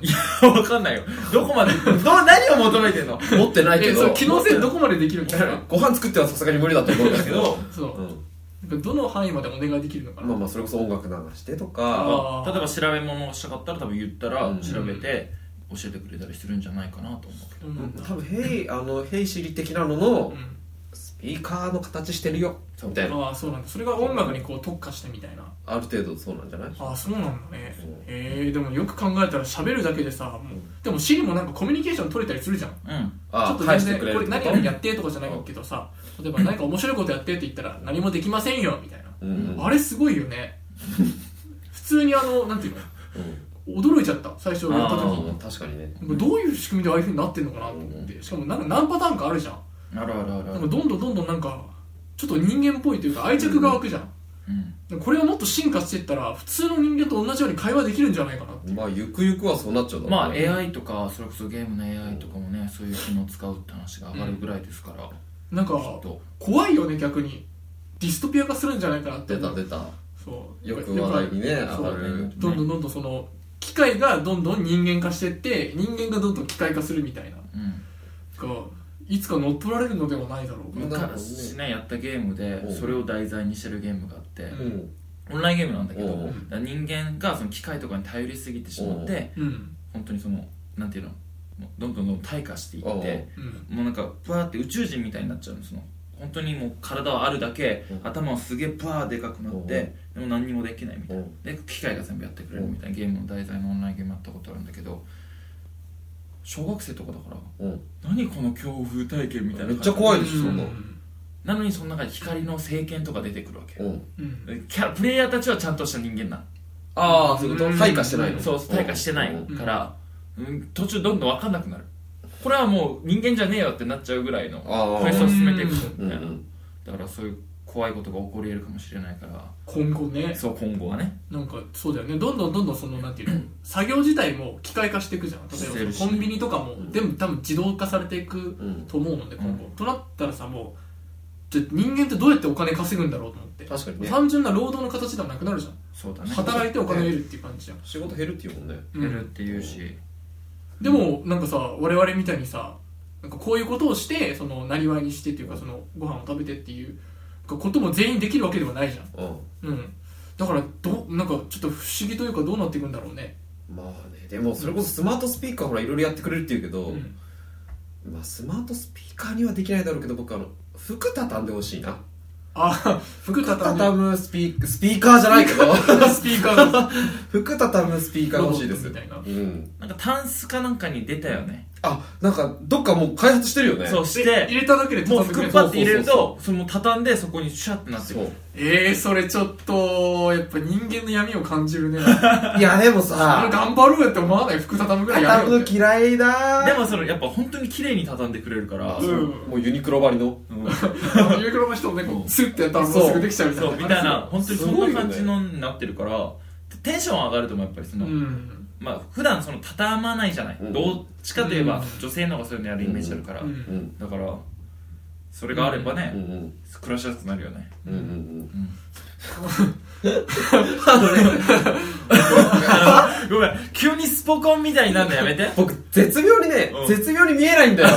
[SPEAKER 1] い
[SPEAKER 3] や、 わかんないよ。どこまで、ど、何を求めてん の
[SPEAKER 2] 持ってないけ
[SPEAKER 1] え
[SPEAKER 2] ど
[SPEAKER 1] そう機能性どこまでできるんですか
[SPEAKER 2] ご飯作ってはさすがに無理だと思うんだけど、、
[SPEAKER 1] そううんなんかどの範囲までお願いできるのかな、
[SPEAKER 2] まあまあそれこそ音楽流してとか
[SPEAKER 1] あー
[SPEAKER 3] 例えば調べ物をしたかったら多分言ったら
[SPEAKER 2] うん
[SPEAKER 3] 調べて教えてくれたりするんじゃないかなと思うけ
[SPEAKER 1] う
[SPEAKER 3] ど
[SPEAKER 1] ん
[SPEAKER 2] うん多分ヘイあのヘイシリ的なのの
[SPEAKER 1] うん
[SPEAKER 2] スピーカーの形してるよ
[SPEAKER 3] そう
[SPEAKER 2] みたいな
[SPEAKER 1] ああそうなんだそれが音楽にこう特化してみたいな
[SPEAKER 2] ある程度そうなんじゃない
[SPEAKER 1] ああそうなんだね
[SPEAKER 2] そう
[SPEAKER 1] えー、でもよく考えたら喋るだけでさもうでも Siri もなんかコミュニケーション取れたりするじゃん
[SPEAKER 3] うん。
[SPEAKER 1] ちょ
[SPEAKER 2] あ
[SPEAKER 1] っと
[SPEAKER 2] 返して
[SPEAKER 1] 全
[SPEAKER 2] くれ
[SPEAKER 1] 然
[SPEAKER 2] る
[SPEAKER 1] これ
[SPEAKER 2] っ
[SPEAKER 1] 何
[SPEAKER 2] てこと
[SPEAKER 1] 々やってとかじゃないけどさ例えば何か面白いことやってって言ったら何もできませんよみたいな
[SPEAKER 2] うんうん
[SPEAKER 1] あれすごいよね 普通にあのなんていうの驚いちゃった最初やった時
[SPEAKER 2] うん確かにね
[SPEAKER 1] なんかどういう仕組みでああいうふうになってんのかなと思ってしかもなんか何パターンかあるじゃん
[SPEAKER 3] あるあるある
[SPEAKER 1] な
[SPEAKER 3] あ
[SPEAKER 1] んか
[SPEAKER 3] る。
[SPEAKER 1] どんどんどんどんなんかちょっと人間っぽいというか愛着が湧くじゃん
[SPEAKER 3] うん。
[SPEAKER 1] これがもっと進化していったら普通の人間と同じように会話できるんじゃないかな
[SPEAKER 2] まあゆくゆくはそうなっちゃうだろう
[SPEAKER 3] まあ
[SPEAKER 2] ね
[SPEAKER 3] AI とか、それこそゲームの AI とかもね、そういう機能使うって話が上がるぐらいですから、き
[SPEAKER 1] なんか
[SPEAKER 3] っと。
[SPEAKER 1] 怖いよね逆にディストピア化するんじゃないかなって
[SPEAKER 2] 出
[SPEAKER 1] 思
[SPEAKER 2] た
[SPEAKER 1] う
[SPEAKER 2] 出た
[SPEAKER 1] そう
[SPEAKER 2] よく話題にね上がる
[SPEAKER 1] どんどんどんどんその機械がどんどん人間化してって人間がどんどん機械化するみたいな
[SPEAKER 3] うん。
[SPEAKER 1] がいつか乗っ取られるのではないだろうか、
[SPEAKER 2] うん
[SPEAKER 3] 昔ね、やったゲームで、
[SPEAKER 2] うん
[SPEAKER 3] それを題材にしてるゲームがあって、
[SPEAKER 2] うん
[SPEAKER 3] オンラインゲームなんだけど、
[SPEAKER 2] うん
[SPEAKER 3] だから人間がその機械とかに頼りすぎてしまって、
[SPEAKER 1] うん
[SPEAKER 3] 本当にその、なんていうの、もうどんどんどん退化してい
[SPEAKER 2] うん
[SPEAKER 3] って、
[SPEAKER 1] うん
[SPEAKER 3] もうなんかブワーって宇宙人みたいになっちゃうのその本当にもう体はあるだけ、
[SPEAKER 2] うん
[SPEAKER 3] 頭はすげえブワーでかくなって、でも何にもできないみたいな、
[SPEAKER 2] うん
[SPEAKER 3] で機械が全部やってくれるみたいな、ゲームの題材のオンラインゲームやったことあるんだけど小学生とかだから
[SPEAKER 2] うん
[SPEAKER 3] 何この恐怖体験みたいな
[SPEAKER 2] めっちゃ怖い
[SPEAKER 1] うん
[SPEAKER 2] でしょそんな
[SPEAKER 3] なのにその中に光の聖剣とか出てくるわけ、
[SPEAKER 2] うん
[SPEAKER 1] うん
[SPEAKER 3] でキャラプレイヤーたちはちゃんとした人間な
[SPEAKER 2] ああそういうこと
[SPEAKER 1] うん
[SPEAKER 2] 退化してないの
[SPEAKER 3] そう退化してない
[SPEAKER 2] うん
[SPEAKER 3] から、うん途中どんどん分かんなくなるこれはもう人間じゃねえよってなっちゃうぐらいの
[SPEAKER 2] ああ
[SPEAKER 3] クエストを進めていく
[SPEAKER 2] う
[SPEAKER 3] み
[SPEAKER 2] んう
[SPEAKER 3] たいなんだからそういう怖いことが起こり得るかもしれないから
[SPEAKER 1] 今後ね
[SPEAKER 3] そう今後はね
[SPEAKER 1] なんかそうだよねどんどんどんどんそのなんていうの作業自体も機械化していくじゃん
[SPEAKER 3] して
[SPEAKER 1] 例え
[SPEAKER 3] る
[SPEAKER 1] ば
[SPEAKER 3] し
[SPEAKER 1] そのコンビニとかも全部多分自動化されていく
[SPEAKER 2] うん
[SPEAKER 1] と思うので
[SPEAKER 3] うん
[SPEAKER 1] 今後、となったらさもうじゃあ人間ってどうやってお金稼ぐんだろうと思って
[SPEAKER 2] 確かにね
[SPEAKER 1] 単純な労働の形ではなくなるじゃん、
[SPEAKER 3] そうだね
[SPEAKER 1] 働いてお金を得るっていう感じじゃん、
[SPEAKER 2] 仕事減るっていうもんね
[SPEAKER 1] う
[SPEAKER 3] 減
[SPEAKER 1] ん
[SPEAKER 3] るっていうし
[SPEAKER 1] でもなんかさ我々みたいにさなんかこういうことをしてそのなりわいにしてっていうかそのご飯を食べてっていうことも全員できるわけではないじゃ
[SPEAKER 2] うん
[SPEAKER 1] んうんだからどうなんかちょっと不思議というかどうなっていくんだろうね
[SPEAKER 2] まあねでもそれこそスマートスピーカーほらいろいろやってくれるっていうけど、
[SPEAKER 1] うん
[SPEAKER 2] まあスマートスピーカーにはできないだろうけど僕あの服畳んでほしいな
[SPEAKER 1] あ服
[SPEAKER 2] 服
[SPEAKER 1] 畳
[SPEAKER 2] 畳
[SPEAKER 1] む
[SPEAKER 2] むスピースピーカーじゃないけ ど
[SPEAKER 1] スピーカーの
[SPEAKER 2] 服畳むスピーカー欲しいです
[SPEAKER 1] ロボットみたいな
[SPEAKER 2] うん、
[SPEAKER 3] なんかタンスかなんかに出たよね
[SPEAKER 2] あなんかどっかもう開発してるよね
[SPEAKER 3] そう
[SPEAKER 1] し
[SPEAKER 3] してて
[SPEAKER 1] 入れただけで
[SPEAKER 3] もう
[SPEAKER 1] 畳んでくれ
[SPEAKER 3] 服
[SPEAKER 1] る
[SPEAKER 3] パッて入れる
[SPEAKER 2] そうそう
[SPEAKER 3] とその畳んでそこにシュワッてなってく
[SPEAKER 2] そ
[SPEAKER 3] る
[SPEAKER 2] う
[SPEAKER 1] えー、それちょっとやっぱ人間の闇を感じるねあ
[SPEAKER 2] いやでもさ
[SPEAKER 1] れ頑張ろうやって思わない服畳むぐらいや
[SPEAKER 2] 畳
[SPEAKER 1] るよ、
[SPEAKER 2] むの
[SPEAKER 1] ね、
[SPEAKER 2] 嫌いだ
[SPEAKER 3] でもそのやっぱ本当に綺麗に畳んでくれるから、
[SPEAKER 2] あ
[SPEAKER 1] うん
[SPEAKER 2] そうもうユニクロばりの
[SPEAKER 3] うん
[SPEAKER 1] ユニクロの人もねこ
[SPEAKER 3] う
[SPEAKER 1] うんスッてやったらもうすぐできちゃうみたいな
[SPEAKER 3] そうみたいな本当にそ
[SPEAKER 2] すごい
[SPEAKER 3] ん
[SPEAKER 2] よ
[SPEAKER 3] な感
[SPEAKER 2] ね
[SPEAKER 3] じのになってるからテンション上がるともやっぱりその、
[SPEAKER 1] うん
[SPEAKER 3] まあ普段その畳まないじゃない、
[SPEAKER 2] うん
[SPEAKER 3] どっちかといえば
[SPEAKER 1] うん
[SPEAKER 3] 女性の方がそういうのやるイメージあるから、
[SPEAKER 1] うん
[SPEAKER 2] うん
[SPEAKER 3] だからそれがあればね、
[SPEAKER 2] うんうん
[SPEAKER 3] 暮らしやすくなるよね
[SPEAKER 2] うんうん
[SPEAKER 3] ごめん急にスポコンみたいになるのやめて
[SPEAKER 2] 僕絶妙にね
[SPEAKER 3] うん
[SPEAKER 2] 絶妙に見えないん だよ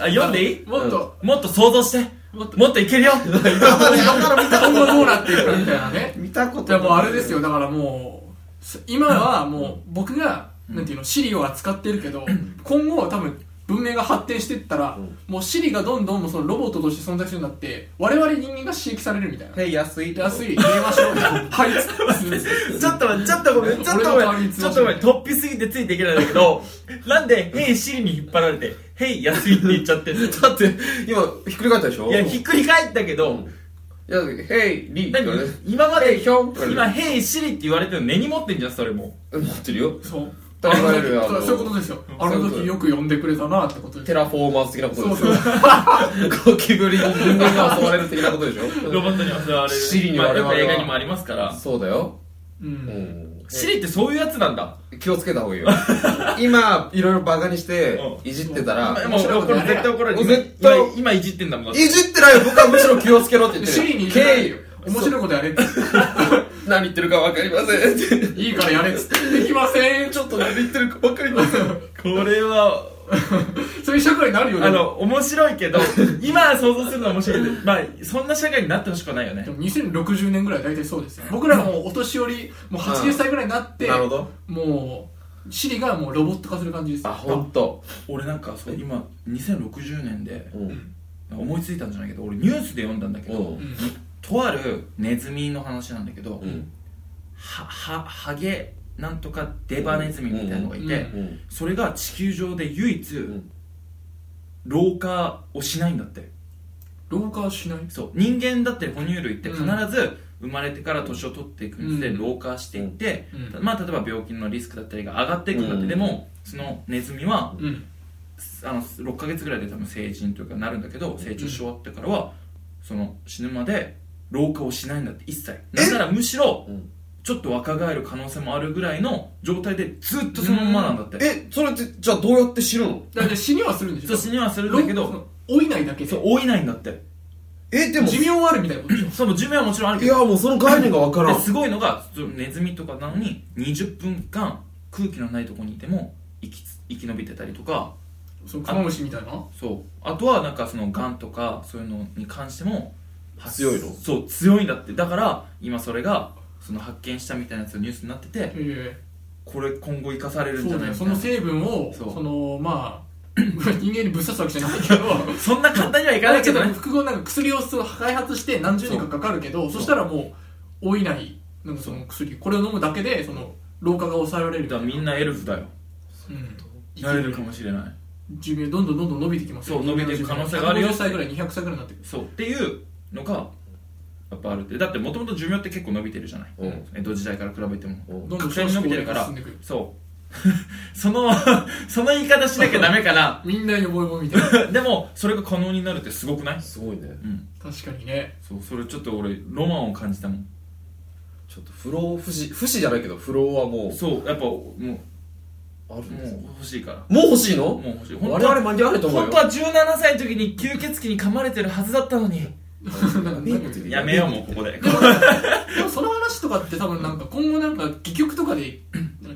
[SPEAKER 3] あ読んでいい
[SPEAKER 1] もっと、
[SPEAKER 3] もっと想像してもっといけるよ
[SPEAKER 1] 今後どうなっていくかみたいなね。
[SPEAKER 2] 見たこと
[SPEAKER 1] じゃあもうあれですよ、だからもう、す今はもう僕が、なんていうの、シリを扱ってるけど、今後は多分、文明が発展していったら、
[SPEAKER 2] うん
[SPEAKER 1] もうシリがどんどんもうそのロボットとして存在するようになって、我々人間が刺激されるみたいな。
[SPEAKER 2] 手 安い
[SPEAKER 1] 安い、電話しようね。はい、つつ
[SPEAKER 3] ちょっと待ってちょっとごめんちょっと
[SPEAKER 1] 俺の代
[SPEAKER 3] ご
[SPEAKER 1] わり
[SPEAKER 3] めん
[SPEAKER 1] に通
[SPEAKER 3] ち
[SPEAKER 1] じ
[SPEAKER 3] ょ
[SPEAKER 1] る
[SPEAKER 3] っとごめん突飛すぎてついていけないんだけどなんで「へいシリ」に引っ張られて「へい安い」って言っちゃって んの
[SPEAKER 2] だって今ひっくり返ったでしょ
[SPEAKER 3] いやひっくり返ったけど、
[SPEAKER 2] いやヘイリー
[SPEAKER 3] 何
[SPEAKER 2] とかね
[SPEAKER 3] 今ま
[SPEAKER 2] へい
[SPEAKER 3] で
[SPEAKER 2] ひょんとかね
[SPEAKER 3] 今「へいシリ」って言われてるの根に持ってんじゃんそれも
[SPEAKER 2] 持ってるよ
[SPEAKER 1] そう。
[SPEAKER 2] だからいわゆるあ
[SPEAKER 1] そ
[SPEAKER 2] の
[SPEAKER 1] うそういうことですよ。
[SPEAKER 2] ん
[SPEAKER 1] あの時よく呼んでくれたなってことです
[SPEAKER 2] テ
[SPEAKER 1] よ。
[SPEAKER 2] ラフォーマーズ的なこと
[SPEAKER 1] そう
[SPEAKER 2] です
[SPEAKER 1] そう
[SPEAKER 2] よ。ゴキブリに人間が襲われる的なことでし
[SPEAKER 3] ロ
[SPEAKER 2] ょ
[SPEAKER 3] ボットにはそれはあれ
[SPEAKER 2] シリに
[SPEAKER 3] まあ
[SPEAKER 2] 我
[SPEAKER 3] よ
[SPEAKER 2] 々は
[SPEAKER 3] く映画にもありますから
[SPEAKER 2] そうだよ
[SPEAKER 1] う。
[SPEAKER 2] うんん
[SPEAKER 3] シリってそういうやつなんだ
[SPEAKER 2] 気をつけた方がいいよ今いろいろバカにして
[SPEAKER 3] う
[SPEAKER 2] いじってたら
[SPEAKER 3] もう
[SPEAKER 2] 面白いこと
[SPEAKER 3] 怒る
[SPEAKER 2] やる
[SPEAKER 3] 絶対怒られる
[SPEAKER 2] 絶対
[SPEAKER 3] 今今いじってんだもんだっ
[SPEAKER 2] い
[SPEAKER 3] て
[SPEAKER 2] じってないよ僕はむしろ気をつけろって言って
[SPEAKER 1] シ
[SPEAKER 2] る
[SPEAKER 1] リに言えよ。面白いことやれって。
[SPEAKER 2] 何言ってるか分かりませんって
[SPEAKER 1] いいからやれっつって。できません。
[SPEAKER 2] ちょっと何言ってるか分かりません
[SPEAKER 3] これは
[SPEAKER 1] そういう社会になるよね。
[SPEAKER 3] あの面白いけど今は想像するのは面白いけ どまあそんな社会になってほしくはないよね
[SPEAKER 1] でも2060年ぐらい大体そうですよ僕らはもうお年寄りもう80歳ぐらいになって、
[SPEAKER 2] なるほど
[SPEAKER 1] もうシリがもうロボット化する感じです
[SPEAKER 2] あ
[SPEAKER 1] よ
[SPEAKER 2] 本当。
[SPEAKER 3] 俺なんかそう今2060年で
[SPEAKER 2] うん
[SPEAKER 3] 思いついたんじゃないけど俺ニュースで読んだんだけ
[SPEAKER 2] う
[SPEAKER 3] ど
[SPEAKER 1] うんん
[SPEAKER 3] とあるネズミの話なんだけど、
[SPEAKER 2] うん
[SPEAKER 3] ははハゲなんとかデバネズミみたいなのがいて、
[SPEAKER 1] うんうん
[SPEAKER 2] うん
[SPEAKER 3] それが地球上で唯一、
[SPEAKER 2] ん
[SPEAKER 3] 老化をしないんだって
[SPEAKER 1] 老化はしない
[SPEAKER 3] そう人間だって哺乳類って必
[SPEAKER 1] う
[SPEAKER 3] ず
[SPEAKER 1] ん
[SPEAKER 3] 生まれてから年を取っていくにつれ
[SPEAKER 1] うん
[SPEAKER 3] 老化していって、
[SPEAKER 1] うん
[SPEAKER 3] まあ、例えば病気のリスクだったりが上がっていくんだって、
[SPEAKER 2] うん
[SPEAKER 3] でもそのネズミは
[SPEAKER 1] うん
[SPEAKER 3] あの6ヶ月ぐらいで多分成人というかなるんだけど成長し終わってからはその死ぬまで老化をしないんだって一切なんならむしろ
[SPEAKER 2] うん
[SPEAKER 3] ちょっと若返る可能性もあるぐらいの状態でずっとそのままなんだって、
[SPEAKER 2] えそれってじゃあどうやって知るの
[SPEAKER 1] だって死にはするんでし
[SPEAKER 3] そう
[SPEAKER 1] ょ
[SPEAKER 3] 死にはするんだけ
[SPEAKER 1] 老そ
[SPEAKER 3] ど
[SPEAKER 1] の老いないだけ
[SPEAKER 3] そ
[SPEAKER 1] で
[SPEAKER 3] う老いないんだって
[SPEAKER 2] えでも
[SPEAKER 1] 寿命はあるみたいなことでしょ
[SPEAKER 3] そう寿命はもちろんある
[SPEAKER 2] い
[SPEAKER 3] けど
[SPEAKER 2] やもうその概念が分からん
[SPEAKER 3] ですごいのがそのネズミとかなのに20分間空気のないとこにいても生きつ生き延びてたりとか
[SPEAKER 1] そのクマムシみたいな
[SPEAKER 3] そうあとはなんかそのがんとかそういうのに関しても発
[SPEAKER 2] 強いの
[SPEAKER 3] そう強いんだってだから今それがその発見したみたいなやつのニュースになってて
[SPEAKER 1] え
[SPEAKER 3] これ今後生かされ
[SPEAKER 1] え
[SPEAKER 3] るんじ
[SPEAKER 1] そ
[SPEAKER 3] ゃ
[SPEAKER 1] う
[SPEAKER 3] な
[SPEAKER 1] だ
[SPEAKER 3] い
[SPEAKER 1] よ
[SPEAKER 3] み
[SPEAKER 1] そ
[SPEAKER 3] たい
[SPEAKER 1] の成
[SPEAKER 3] な
[SPEAKER 1] 分を
[SPEAKER 3] そう
[SPEAKER 1] そのまあ 人間にぶっ刺すわけじゃないけど
[SPEAKER 3] そんな簡単にはいかないけど
[SPEAKER 1] だ
[SPEAKER 3] ね
[SPEAKER 1] け複合なんか薬をそう開発して何十年かかかるけどそしたらもう老いないなんかその薬これを飲むだけでその老化が抑えられるみ
[SPEAKER 3] だ
[SPEAKER 1] たい
[SPEAKER 3] からみんなエルフだよ
[SPEAKER 1] うん
[SPEAKER 3] なれるかもしれない
[SPEAKER 1] 寿命どんどんどんどん伸びてきます
[SPEAKER 3] そう伸びていく可能性があるよ
[SPEAKER 1] 150歳ぐらい200歳ぐらいになってくる
[SPEAKER 3] そうっていうのがやっぱあるってだってもともと寿命って結構伸びてるじゃない、
[SPEAKER 2] うん
[SPEAKER 3] 江戸時代から比べても
[SPEAKER 2] うん
[SPEAKER 1] どんどん
[SPEAKER 3] 確定
[SPEAKER 1] 少
[SPEAKER 3] に
[SPEAKER 1] 子高
[SPEAKER 3] 伸びてる
[SPEAKER 1] 齢
[SPEAKER 3] か
[SPEAKER 1] 化が
[SPEAKER 3] ら
[SPEAKER 1] 進んでくる
[SPEAKER 3] そう そのその言い方しなきゃダメかな
[SPEAKER 1] みんな予防予防みたいな
[SPEAKER 3] でもそれが可能になるってすごくない
[SPEAKER 2] すごいね
[SPEAKER 3] うん
[SPEAKER 1] 確かにね
[SPEAKER 3] そうそれちょっと俺ロマンを感じたもん
[SPEAKER 2] ちょっと不老不死不死じゃないけど不老はも
[SPEAKER 3] そうやっぱもうも
[SPEAKER 2] うあるんです
[SPEAKER 3] う欲しいから
[SPEAKER 2] もう欲しいの
[SPEAKER 3] もう欲しい
[SPEAKER 2] 我
[SPEAKER 3] 本当
[SPEAKER 2] 々
[SPEAKER 3] は
[SPEAKER 2] 間に合うと思う
[SPEAKER 3] 本
[SPEAKER 2] よ
[SPEAKER 3] 当は17歳の時に吸血鬼に噛まれてるはずだったのに
[SPEAKER 1] なんか
[SPEAKER 2] ねえこと言
[SPEAKER 3] やめようもうここで
[SPEAKER 1] でもその話とかって多分なんか今後なんか戯曲とかで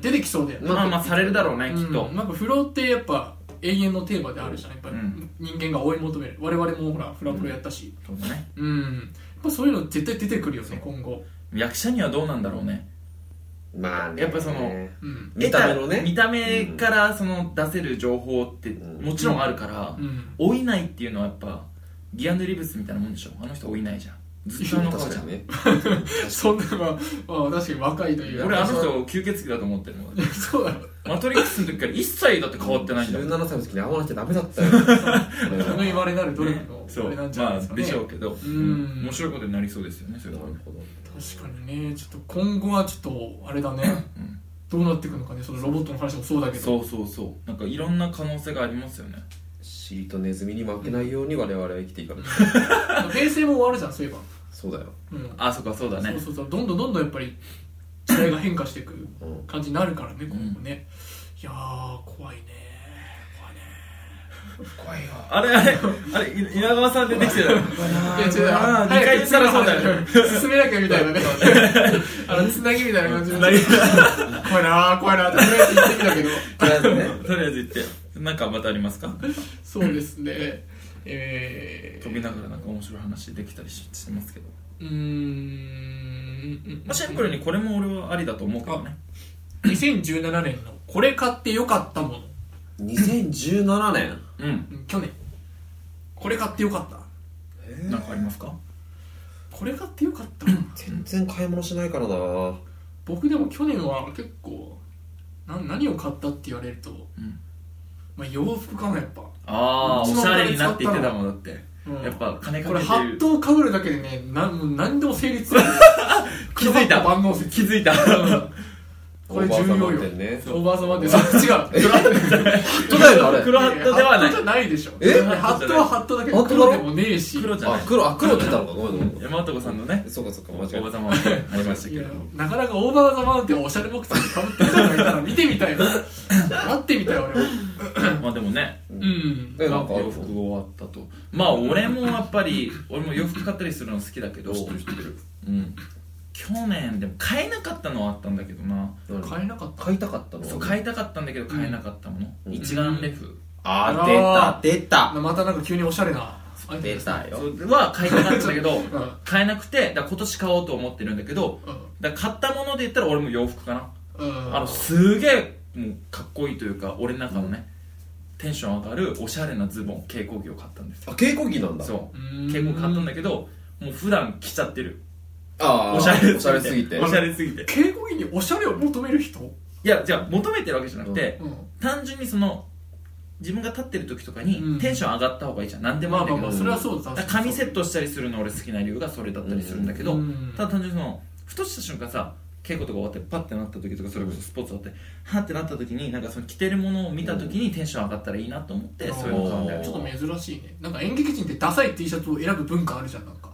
[SPEAKER 1] 出てきそうだよね
[SPEAKER 3] まあまあされるだろうねきっと、
[SPEAKER 1] うん、なんか不老ってやっぱ永遠のテーマであるじゃんやっぱり
[SPEAKER 3] うん
[SPEAKER 1] 人間が追い求める我々もほらフラプロやったし
[SPEAKER 3] そうだね
[SPEAKER 1] うん、やっぱそういうの絶対出てくるよね今後
[SPEAKER 3] 役者にはどうなんだろうね
[SPEAKER 2] まあね
[SPEAKER 3] やっぱその
[SPEAKER 1] うん
[SPEAKER 2] 見た目の
[SPEAKER 3] 得見
[SPEAKER 2] ね
[SPEAKER 3] た目からその出せる情報って
[SPEAKER 2] うん
[SPEAKER 3] もちろんあるから、
[SPEAKER 1] うん
[SPEAKER 3] 老いないっていうのはやっぱギアンドリブスみたいなもんでしょあの人老いないじゃんずっとあの顔
[SPEAKER 2] 確
[SPEAKER 3] じ
[SPEAKER 2] か
[SPEAKER 3] ゃん、
[SPEAKER 2] にね
[SPEAKER 1] そんなのは、まあ、確かに若いという
[SPEAKER 3] 俺あの人吸血鬼だと思ってるもん
[SPEAKER 1] そう だよ
[SPEAKER 3] マトリックスの時から一切だって変わってないんだもん、ね、
[SPEAKER 2] 17歳の時に会わなきゃダメだったよ 俺
[SPEAKER 1] こ
[SPEAKER 2] は
[SPEAKER 1] の言われなる努力の
[SPEAKER 3] そ
[SPEAKER 1] あ
[SPEAKER 3] う
[SPEAKER 1] れなんじゃない
[SPEAKER 3] ま
[SPEAKER 1] です
[SPEAKER 3] あ
[SPEAKER 1] かね、
[SPEAKER 3] でしょうけど、
[SPEAKER 1] ん
[SPEAKER 3] 面白いことになりそうですよねそれは
[SPEAKER 2] なるほど
[SPEAKER 1] 確かにねちょっと今後はちょっとあれだね、
[SPEAKER 3] ん
[SPEAKER 1] どうなっていくのかねそのロボットの話もそうだけど
[SPEAKER 3] そうそうそうなんかいろんな可能性がありますよね
[SPEAKER 2] シリとネズミに負けないように我々は生きていかないと
[SPEAKER 1] 平成も終わるじゃんそういえば、
[SPEAKER 2] そうだよ
[SPEAKER 1] うん
[SPEAKER 3] あそっかそうだね
[SPEAKER 1] そうそうそうどんどんどんどんやっぱり時代が変化していく
[SPEAKER 2] うん
[SPEAKER 1] 感じになるからね今後ね、いやー怖いね怖いね
[SPEAKER 2] 怖いよ
[SPEAKER 3] あれあれあれい稲川さん出てきてたよ
[SPEAKER 1] いや違う
[SPEAKER 3] あー二回言ったらそうだよね
[SPEAKER 1] 進めなきゃみたいなねあのつなぎみたいな感じで怖いなー怖いなーってとりあえず言ってみたけど
[SPEAKER 2] とりあえずね
[SPEAKER 3] とりあえず言ってなんかまたありますか
[SPEAKER 1] そうですねえ
[SPEAKER 3] 飛
[SPEAKER 1] ー
[SPEAKER 3] びながらなんか面白い話できたりしてますけど、
[SPEAKER 1] うーん
[SPEAKER 3] まあ、シンプルにこれも俺はありだと思うけどね
[SPEAKER 1] 2017年のこれ買ってよかったもの
[SPEAKER 2] 2017年
[SPEAKER 3] うん
[SPEAKER 1] うん去年これ買ってよかった
[SPEAKER 3] なんかありますか
[SPEAKER 1] これ買ってよかったな
[SPEAKER 2] 全然買い物しないからな
[SPEAKER 1] 僕でも去年は結構な何を買ったって言われると、
[SPEAKER 3] ん
[SPEAKER 1] まあ、洋服かなやっぱ、
[SPEAKER 3] ああお
[SPEAKER 1] うちの
[SPEAKER 3] しゃれになっていってたもんだって
[SPEAKER 1] うん
[SPEAKER 3] やっぱ金か
[SPEAKER 1] これ
[SPEAKER 3] け
[SPEAKER 1] ハ
[SPEAKER 3] て
[SPEAKER 1] ッ
[SPEAKER 3] る
[SPEAKER 1] トをかぶるだけでねなもう何でも成立する
[SPEAKER 3] 気づいた
[SPEAKER 1] 黒ハット万能説
[SPEAKER 3] 気づいた
[SPEAKER 1] これ重要よ
[SPEAKER 2] だね
[SPEAKER 1] オーバーザマンデーそっちが違う
[SPEAKER 2] そうだよねあれ
[SPEAKER 3] 黒ハットでは
[SPEAKER 1] ハ
[SPEAKER 3] ない
[SPEAKER 1] ットじゃないでしょ
[SPEAKER 2] え
[SPEAKER 1] ハットはハットだけ
[SPEAKER 2] ハ
[SPEAKER 1] ど
[SPEAKER 2] ットだろ
[SPEAKER 1] 黒でもねえし
[SPEAKER 3] 黒じゃな
[SPEAKER 2] あ
[SPEAKER 3] い
[SPEAKER 2] 黒あ黒って言ったのかごめんごめん
[SPEAKER 3] 山男さんのね
[SPEAKER 2] そうかそうか間
[SPEAKER 3] お
[SPEAKER 2] 違え
[SPEAKER 3] ば
[SPEAKER 2] た
[SPEAKER 3] さまはありました
[SPEAKER 1] い
[SPEAKER 3] け
[SPEAKER 1] や
[SPEAKER 3] ど
[SPEAKER 1] なかなかオーバーザマウンテンをおしゃれボクサーにかぶってる人がいたら見てみたいな会ってみたい俺も
[SPEAKER 3] まあでもね
[SPEAKER 1] うん
[SPEAKER 2] えなんかある
[SPEAKER 3] 洋服終わったとまあ俺もやっぱり俺も洋服買ったりするの好きだけどうん去年でも買えなかったのはあったんだけどな
[SPEAKER 2] 何
[SPEAKER 1] 買えなかった
[SPEAKER 2] 買いたかったの
[SPEAKER 3] そう買いたかったんだけど買えなかったもの、
[SPEAKER 2] うん
[SPEAKER 3] 一眼レフ
[SPEAKER 2] あー出た出た
[SPEAKER 1] またなんか急におしゃれな
[SPEAKER 2] 出たよ
[SPEAKER 3] そうは買いたかったんだけ
[SPEAKER 1] うんう
[SPEAKER 3] ど
[SPEAKER 1] ん
[SPEAKER 3] 買えなくてだから今年買おうと思ってるんだけどだから買ったもので言ったら俺も洋服かな
[SPEAKER 1] うん
[SPEAKER 3] あのすげえもうかっこいいというか俺の中のね、テンション上がるおしゃれなズボン蛍光着を買ったんですよ
[SPEAKER 2] あ稽古着なんだ
[SPEAKER 3] そう
[SPEAKER 1] うん
[SPEAKER 3] 蛍光着買ったんだけどもう普段着ちゃってる
[SPEAKER 2] あー
[SPEAKER 3] おしゃれ
[SPEAKER 2] おしゃれすぎて
[SPEAKER 3] おしゃれすぎて
[SPEAKER 1] 敬語着におしゃれを求める人
[SPEAKER 3] いやじゃあ求めてるわけじゃなくて、
[SPEAKER 1] うん
[SPEAKER 3] 単純にその自分が立ってる時とか
[SPEAKER 1] うん
[SPEAKER 3] にテンション上がった方がいいじゃん何でも
[SPEAKER 1] ま
[SPEAKER 3] いい
[SPEAKER 1] あ
[SPEAKER 3] んだ
[SPEAKER 1] ま
[SPEAKER 3] け
[SPEAKER 1] あ
[SPEAKER 3] ど、
[SPEAKER 1] まあそれはそうだ
[SPEAKER 3] だから髪セットしたりするの俺好きな理由がそれだったりするんだけど、
[SPEAKER 1] うん
[SPEAKER 3] ただ単純にそのふとした瞬間さ稽古とか終わってパッてなった時とかそれこそスポーツ終わってハッてなった時になんかその着てるものを見た時にテンション上がったらいいなと思ってそういうのを買うんだよ
[SPEAKER 1] ち
[SPEAKER 3] ね
[SPEAKER 1] ょっと珍しいねなんか演劇人ってダサい T シャツを選ぶ文化あるじゃんなんか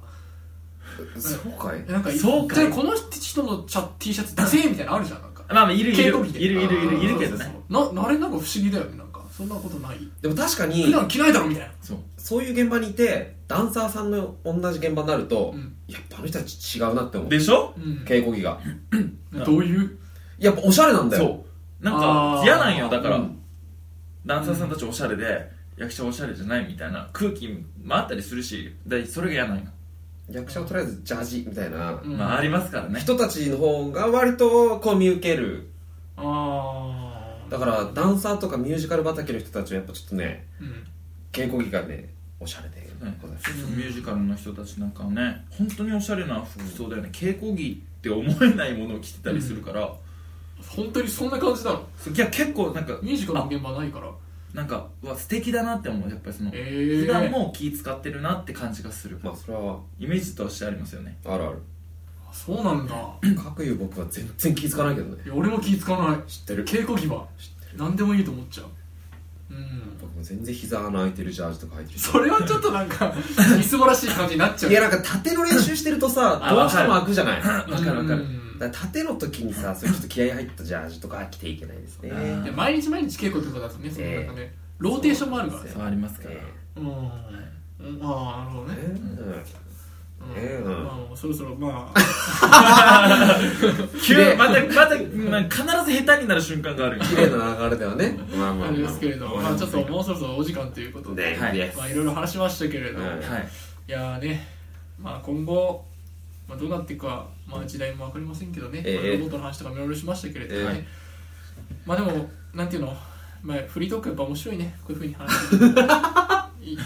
[SPEAKER 2] そうかい
[SPEAKER 1] なんか
[SPEAKER 3] そうかい
[SPEAKER 1] 一回この人のチャ T シャツダセーみたいなのあるじゃんなんか
[SPEAKER 3] まあまあいるいるい
[SPEAKER 1] 敬
[SPEAKER 3] る
[SPEAKER 1] 語着で
[SPEAKER 3] いるいるいるいるけど
[SPEAKER 1] そう
[SPEAKER 3] ね
[SPEAKER 1] そうそうなあれなんか不思議だよねなんかそんなことない
[SPEAKER 2] でも確か
[SPEAKER 1] 普
[SPEAKER 2] に
[SPEAKER 1] 段着ないだろみたいな
[SPEAKER 3] そう
[SPEAKER 2] そういう現場にいてダンサーさんの同じ現場になると
[SPEAKER 1] うん
[SPEAKER 2] やっぱあの人たち違うなって思う
[SPEAKER 3] でしょ
[SPEAKER 1] うん
[SPEAKER 2] 稽古着が
[SPEAKER 1] どういう
[SPEAKER 2] やっぱおしゃれなんだよ
[SPEAKER 3] そうなん
[SPEAKER 1] あ
[SPEAKER 3] か
[SPEAKER 1] ー
[SPEAKER 3] 嫌なんよだから、
[SPEAKER 2] うん
[SPEAKER 3] ダンサーさんたちおしゃれで役者おしゃれじゃないみたいな空気もあったりするしでそれが嫌なんよ、
[SPEAKER 2] 役者をとりあえずジャージみたいな
[SPEAKER 1] うん
[SPEAKER 3] まあありますからね
[SPEAKER 2] 人たちの方が割とこう見受ける
[SPEAKER 1] ああ
[SPEAKER 2] だからダンサーとかミュージカル畑の人たちはやっぱちょっとね
[SPEAKER 1] うん
[SPEAKER 2] 稽古着がねおしゃれで
[SPEAKER 3] ねミュージカルの人たちなんかはね本当におしゃれな服装だよね稽古着って思えないものを着てたりするから、
[SPEAKER 1] 本当にそんな感じなの
[SPEAKER 3] そういや結構なんか
[SPEAKER 1] ミュージカルの現場ないから
[SPEAKER 3] なんかうわ素敵だなって思うやっぱりその、
[SPEAKER 1] ええ
[SPEAKER 3] 普段も気使ってるなって感じがする、
[SPEAKER 2] まあそれは
[SPEAKER 3] イメージとしてありますよね
[SPEAKER 2] あるある
[SPEAKER 1] そうなんだ
[SPEAKER 2] かくいう僕は全然気づかないけどね
[SPEAKER 1] いや俺も気ぃかない
[SPEAKER 2] 知ってる
[SPEAKER 1] 稽古着は何でもいいと思っちゃううん
[SPEAKER 2] 僕も全然膝穴開いてるジャージとか履いてるし
[SPEAKER 1] それはちょっとなん かみすぼらしい感じになっちゃう
[SPEAKER 2] いやなんか縦の練習してるとさ
[SPEAKER 3] あ
[SPEAKER 2] どうしても開くじゃないだか
[SPEAKER 3] わかるわかる
[SPEAKER 1] うん
[SPEAKER 2] ら縦の時にさそれちょっと気合入ったジャージとか着ていけないですね
[SPEAKER 3] あー
[SPEAKER 1] いや毎日毎日稽古とかだとねそのなんかね、ローテーションもあるからね
[SPEAKER 3] そうありますから、
[SPEAKER 2] ね
[SPEAKER 1] うんうんああなるほど
[SPEAKER 2] え
[SPEAKER 1] ね、
[SPEAKER 2] うんえ
[SPEAKER 1] うん
[SPEAKER 2] うん
[SPEAKER 1] まあ、そろそろまあ
[SPEAKER 3] 急
[SPEAKER 2] で
[SPEAKER 3] またまたまあ必ず下手になる瞬間があるよ
[SPEAKER 2] 綺麗な流れではねまあまあまあ
[SPEAKER 1] あれですけれども、
[SPEAKER 2] ま
[SPEAKER 1] ま
[SPEAKER 2] あ
[SPEAKER 1] あ、ちょっともうそろそろお時間ということで、
[SPEAKER 2] ね
[SPEAKER 3] はい
[SPEAKER 2] です
[SPEAKER 1] まあ、いろいろ話しましたけれども、
[SPEAKER 2] うん
[SPEAKER 3] はい
[SPEAKER 1] いやーね、まあ、今後、まあ、どうなっていくか、まあ、時代も分かりませんけどね、
[SPEAKER 2] ええ
[SPEAKER 1] まあロボットの話とかもいろいろしましたけれどもね、
[SPEAKER 2] え
[SPEAKER 1] まあでもなんていうの、まあ、フリートークやっぱ面白いねこういうふうに話 してるいい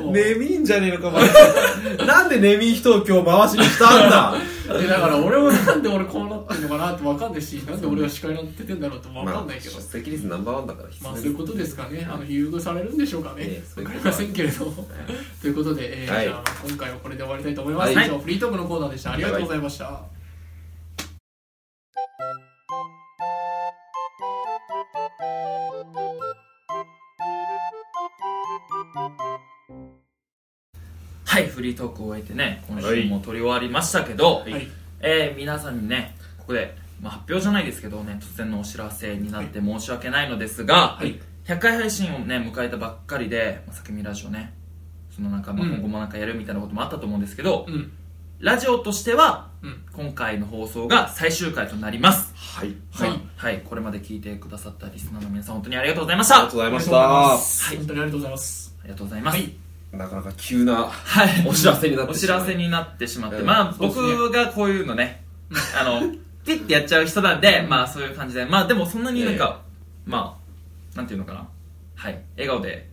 [SPEAKER 1] もう
[SPEAKER 2] ねみんじゃねえのかお前なんでねみん人を今日回しにしたんだ
[SPEAKER 1] でだから俺もなんで俺こうなってるのかなって分かんないしなんで俺が司会なんててんだろうとも分かんないけど
[SPEAKER 2] まあ、出席率ナンバーワンだから必
[SPEAKER 1] ま
[SPEAKER 2] 須
[SPEAKER 1] あ
[SPEAKER 2] で
[SPEAKER 1] そう
[SPEAKER 2] す
[SPEAKER 1] いうことですかね、あの優遇されるんでしょうかね
[SPEAKER 2] ええ、そ
[SPEAKER 1] わ
[SPEAKER 2] ういう
[SPEAKER 1] かり
[SPEAKER 2] こと
[SPEAKER 1] ませんけれども。ということで、えー
[SPEAKER 2] はい
[SPEAKER 1] じゃあ今回はこれで終わりたいと思います。
[SPEAKER 2] はい
[SPEAKER 1] 以上、フリートークのコーナーでした。ありがとうございました。
[SPEAKER 3] はい、フリートークを終えてね今週も撮り終わりましたけど、
[SPEAKER 1] はい、
[SPEAKER 3] ええー皆さんにねここで、まあ、発表じゃないですけどね突然のお知らせになって申し訳ないのですが、
[SPEAKER 1] はい
[SPEAKER 3] 100回配信をね迎えたばっかりで「まあ、叫びラジオね」そのなんか、まあ、
[SPEAKER 1] うん
[SPEAKER 3] 今後もなんかやるみたいなこともあったと思うんですけど、
[SPEAKER 1] うん
[SPEAKER 3] ラジオとしては
[SPEAKER 1] うん
[SPEAKER 3] 今回の放送が最終回となります
[SPEAKER 2] はい
[SPEAKER 1] はい
[SPEAKER 3] まあはい、これまで聞いてくださったリスナーの皆さん本当にありがとうございまし
[SPEAKER 2] あ
[SPEAKER 3] た
[SPEAKER 2] りがとうございまし
[SPEAKER 1] は
[SPEAKER 2] た
[SPEAKER 1] い本当にありがとうございます
[SPEAKER 3] ありがとうございます、
[SPEAKER 1] はい
[SPEAKER 2] なかなか急な
[SPEAKER 3] はい
[SPEAKER 2] お知らせになって
[SPEAKER 3] お
[SPEAKER 2] し
[SPEAKER 3] 知
[SPEAKER 2] まう
[SPEAKER 3] らせになってしまって、
[SPEAKER 2] うん
[SPEAKER 3] まあ、
[SPEAKER 1] そうですね
[SPEAKER 3] 僕がこういうの ねあのピッてやっちゃう人なんで、まあそういう感じでまあでもそんなになん
[SPEAKER 2] いやい
[SPEAKER 3] かまあなんていうのかなはい笑顔で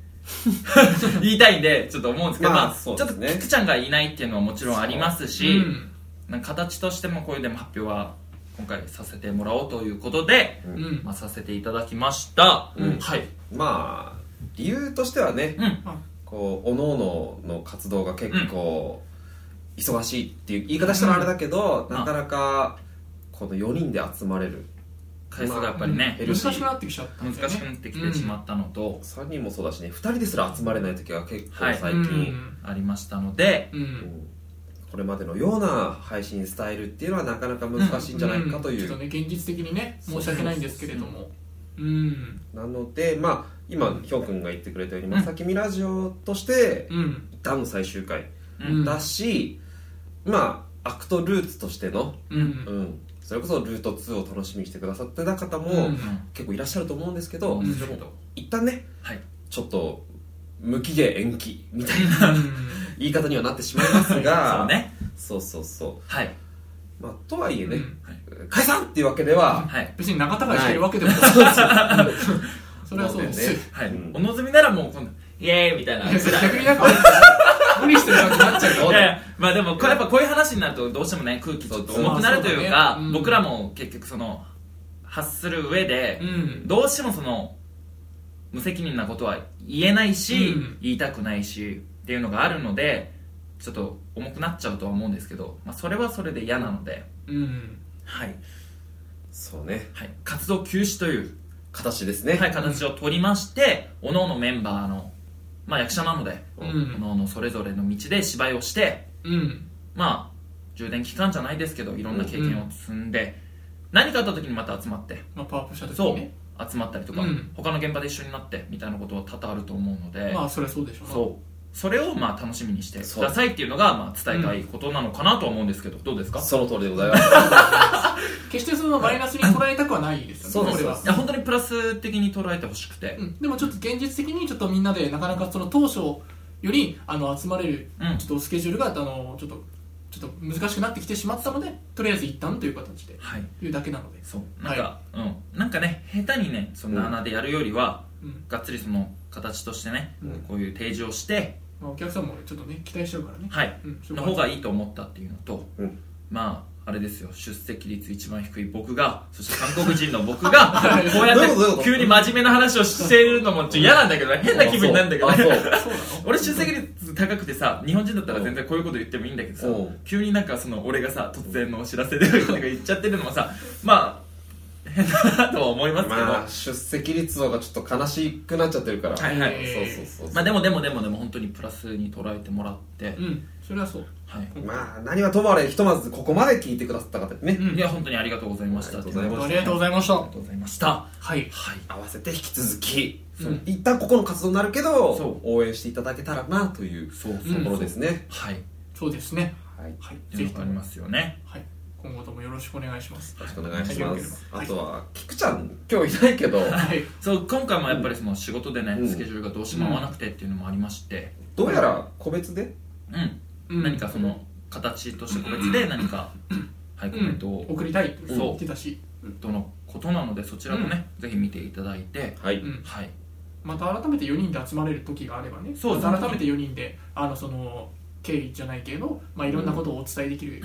[SPEAKER 3] 言いたいんでちょっと思うんですけど、
[SPEAKER 2] まあ
[SPEAKER 3] まあ
[SPEAKER 2] そう
[SPEAKER 3] ち
[SPEAKER 2] で
[SPEAKER 3] ょっ
[SPEAKER 2] す
[SPEAKER 3] と
[SPEAKER 2] ね
[SPEAKER 3] キクちゃんがいないっていうのはもちろんあります
[SPEAKER 1] う
[SPEAKER 3] し、
[SPEAKER 1] ん
[SPEAKER 3] なんか形としてもこういうでも発表は今回させてもらおうということで、
[SPEAKER 1] うん
[SPEAKER 3] まあ、させていただきました、
[SPEAKER 2] うん
[SPEAKER 3] はい、
[SPEAKER 2] まあ理由としてはね
[SPEAKER 3] うん、
[SPEAKER 2] こう各々の活動が結構忙しいっていう言い方したらあれだけど、
[SPEAKER 3] うん
[SPEAKER 2] なかなかこの4人で集まれる
[SPEAKER 3] 回数がやっぱりね、
[SPEAKER 2] うん
[SPEAKER 1] 難しくなってきちゃったんだよ
[SPEAKER 3] 難
[SPEAKER 1] ね
[SPEAKER 3] しくなってきてしまったのと、
[SPEAKER 2] 3人もそうだしね2人ですら集まれない時が結構
[SPEAKER 3] はい
[SPEAKER 2] 最
[SPEAKER 1] うん
[SPEAKER 2] 近、
[SPEAKER 3] ありましたので、
[SPEAKER 1] うんうん
[SPEAKER 2] これまでのような配信スタイルっていうのはなかなか難しいんじゃないかという、
[SPEAKER 1] ちょっとね現実的にね申し訳ないんですけれどもうん
[SPEAKER 2] なのでまあ今ひょうくんが言ってくれたように「
[SPEAKER 3] ん
[SPEAKER 2] まさきみラジオ」として
[SPEAKER 1] うん
[SPEAKER 2] 一旦の最終回
[SPEAKER 1] うん
[SPEAKER 2] だし、まあアクトルーツとしての、
[SPEAKER 1] うん
[SPEAKER 2] うん、それこそルート2を楽しみにしてくださってた方も、
[SPEAKER 1] うん
[SPEAKER 2] 結構いらっしゃると思うんですけど、
[SPEAKER 1] うん
[SPEAKER 2] ちょっと一旦ね
[SPEAKER 3] はい、
[SPEAKER 2] ちょっと無期限延期みたい な言い方にはなってしまいますが
[SPEAKER 3] そうね
[SPEAKER 2] そうそうそ
[SPEAKER 3] はい、
[SPEAKER 2] う、まあ、とはいえ ね、
[SPEAKER 1] うん
[SPEAKER 2] 解散っていうわけでは、
[SPEAKER 3] はい
[SPEAKER 1] 別に仲違いしてるわけでもない それはそうです
[SPEAKER 3] はい
[SPEAKER 2] うん
[SPEAKER 3] お望みならもう今度イエーイみた いなぐらい
[SPEAKER 1] 逆になんか無理してる感じになっちゃう
[SPEAKER 3] いやいやまあでもこれやっぱこういう話になるとどうしてもね空気ちょっと重くなるという
[SPEAKER 1] まあ
[SPEAKER 3] か
[SPEAKER 1] そうだねうん
[SPEAKER 3] 僕らも結局その発する上で、
[SPEAKER 1] うん
[SPEAKER 3] どうしてもその無責任なことは言えないし、
[SPEAKER 1] うん
[SPEAKER 3] 言いたくないしっていうのがあるのでちょっと重くなっちゃうとは思うんですけど、まあ、それはそれで嫌なので、
[SPEAKER 1] うん
[SPEAKER 3] はい
[SPEAKER 2] そうね
[SPEAKER 3] はい、活動休止という
[SPEAKER 2] 形ですね、
[SPEAKER 3] はい、形を取りまして、おのおのメンバーの、まあ、役者なので、
[SPEAKER 1] う
[SPEAKER 3] お
[SPEAKER 1] ん
[SPEAKER 3] のおのそれぞれの道で芝居をして、
[SPEAKER 1] うん
[SPEAKER 3] まあ、充電期間じゃないですけど、いろんな経験を積んで、何かあった時にまた集まって、
[SPEAKER 1] まあパワーアップした時に
[SPEAKER 3] そう
[SPEAKER 1] ね、
[SPEAKER 3] 集まったりとか、
[SPEAKER 1] うん
[SPEAKER 3] 他の現場で一緒になって、みたいなことは多々あると思うので、
[SPEAKER 1] まあそれはそうでしょう
[SPEAKER 3] そう。それをまあ楽しみにしてくださいっていうのがまあ伝えたいことなのかなとは思うんですけど、どうですか
[SPEAKER 2] その通りでございます
[SPEAKER 1] 決してそのマイナスに捉えたくはないですよね
[SPEAKER 2] そう
[SPEAKER 1] こ
[SPEAKER 2] です
[SPEAKER 1] れはい
[SPEAKER 3] や本当にプラス的に捉えてほしくて、
[SPEAKER 1] うんでもちょっと現実的にちょっとみんなでなかなかその当初よりあの集まれる
[SPEAKER 3] うん
[SPEAKER 1] ちょっとスケジュールがあのちょっとちょっと難しくなってきてしまったのでとりあえず一旦という形で
[SPEAKER 3] はい
[SPEAKER 1] というだけなので、
[SPEAKER 3] そうなんか、うんなんかね下手にねそのなあなあでやるよりは、
[SPEAKER 1] うん
[SPEAKER 3] がっつりその形としてね、
[SPEAKER 2] うん
[SPEAKER 3] こういう提示をして、
[SPEAKER 1] まあ、お客さんもちょっとね期待しちゃうからね、
[SPEAKER 3] はい、
[SPEAKER 1] うん
[SPEAKER 3] の方がいいと思ったっていうのと、
[SPEAKER 2] うん
[SPEAKER 3] まああれですよ出席率一番低い僕がそして韓国人の僕 がこうやっ
[SPEAKER 2] どういうことどうい
[SPEAKER 3] て
[SPEAKER 2] うこと
[SPEAKER 3] 急に真面目な話をしているのもちょっと嫌なんだけどね変な 気分 になるんだけど
[SPEAKER 2] あ
[SPEAKER 3] ね
[SPEAKER 2] そう
[SPEAKER 1] そうなの
[SPEAKER 3] 俺出席率高くてさ日本人だったら全然こういうこと言ってもいいんだけどさ
[SPEAKER 2] うん
[SPEAKER 3] 急になんかその俺がさ突然のお知らせでなんか言っちゃってるのもさまあ変だなとは思いますけど、
[SPEAKER 2] まあ出席率の方がちょっと悲しくなっちゃってるから、
[SPEAKER 3] はいはい
[SPEAKER 2] そうそうそうそう
[SPEAKER 3] まあでもでもでもでも本当にプラスに捉えてもらって、
[SPEAKER 1] うんそれはそう
[SPEAKER 3] はい、
[SPEAKER 2] まあ何はともあれひとまずここまで聞いてくださった方にね、
[SPEAKER 1] うん
[SPEAKER 3] いや本当にありがとうございました
[SPEAKER 2] ありがとうございました
[SPEAKER 1] ありがとうございました
[SPEAKER 3] ありがとうございました
[SPEAKER 1] はい
[SPEAKER 3] はい
[SPEAKER 2] 合わせて引き続き、
[SPEAKER 1] うん
[SPEAKER 2] 一旦ここの活動になるけ
[SPEAKER 3] そ
[SPEAKER 2] ど
[SPEAKER 3] う
[SPEAKER 2] 応援していただけたらなという
[SPEAKER 3] そうそう、
[SPEAKER 2] ところですね、
[SPEAKER 3] はいっ
[SPEAKER 1] そうですね
[SPEAKER 2] はいよ
[SPEAKER 1] はい
[SPEAKER 3] て
[SPEAKER 1] ぜ
[SPEAKER 3] いう
[SPEAKER 1] ひ
[SPEAKER 3] の
[SPEAKER 1] と
[SPEAKER 3] があり
[SPEAKER 1] も、
[SPEAKER 3] ますよね
[SPEAKER 1] はい、今後ともよろしくお願いします
[SPEAKER 2] ろしくお願いします、
[SPEAKER 1] はい
[SPEAKER 2] あとは菊ちゃん今日いないけど
[SPEAKER 1] はい
[SPEAKER 3] そう今回もやっぱりその仕事でね、
[SPEAKER 2] うん
[SPEAKER 3] スケジュールがどうしても合わなくてっていうのもありまして
[SPEAKER 2] どうやら個別で
[SPEAKER 3] うん、
[SPEAKER 1] うん
[SPEAKER 3] 何かその形として個別で何か、はいコ
[SPEAKER 1] う
[SPEAKER 3] メン
[SPEAKER 1] ん
[SPEAKER 3] トを
[SPEAKER 1] 送りたいって
[SPEAKER 3] そう
[SPEAKER 1] 言ってたし、うん
[SPEAKER 3] とのことなのでそちらもね、ぜひ見ていただいて
[SPEAKER 2] はい、
[SPEAKER 1] うん
[SPEAKER 3] はい
[SPEAKER 1] また改めて4人で集まれる時があればね
[SPEAKER 3] そうですね
[SPEAKER 1] また改めて4人であのその経緯じゃないけど、まあ、いろんなことをお伝えできる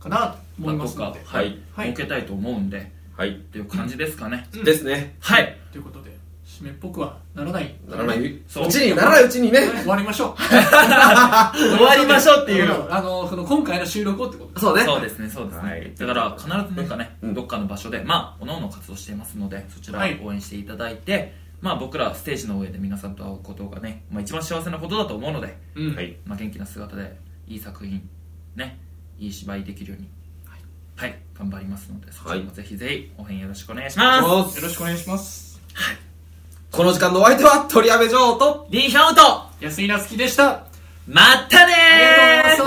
[SPEAKER 1] かなと思いますので、
[SPEAKER 3] まあどっかはい、
[SPEAKER 1] はい
[SPEAKER 3] 設けたいと思うんで
[SPEAKER 2] はい
[SPEAKER 3] っていう感じですかね、
[SPEAKER 1] うん
[SPEAKER 2] ですね
[SPEAKER 3] はい
[SPEAKER 1] ということで締めっぽくはならない
[SPEAKER 2] ならないう
[SPEAKER 3] そう
[SPEAKER 2] ちにならないうちにね
[SPEAKER 1] 終わりましょう
[SPEAKER 3] 終わりましょうっていう
[SPEAKER 1] あのその今回の収録をってこと
[SPEAKER 2] そうね
[SPEAKER 3] そうですね、そうですね。
[SPEAKER 2] はい
[SPEAKER 3] だから、必ずなんかね、
[SPEAKER 2] うん
[SPEAKER 3] どっかの場所で、まあ、各々活動していますので、そちら
[SPEAKER 1] はい
[SPEAKER 3] 応援していただいて、まあ、僕らステージの上で皆さんと会うことがね、まあ、一番幸せなことだと思うので、
[SPEAKER 1] うん
[SPEAKER 2] はい
[SPEAKER 3] まあ、元気な姿で、いい作品、ね、いい芝居できるように、はい頑張りますのでそちらも
[SPEAKER 2] はい
[SPEAKER 3] ぜひぜひ応援よろしくお願いします、
[SPEAKER 2] お願いします
[SPEAKER 1] よろしくお願いします
[SPEAKER 2] この時間のお相手は鳥籔女王と
[SPEAKER 3] リーヒョンウと
[SPEAKER 1] 安井なつきでした
[SPEAKER 3] まったねー
[SPEAKER 1] ありがとうございました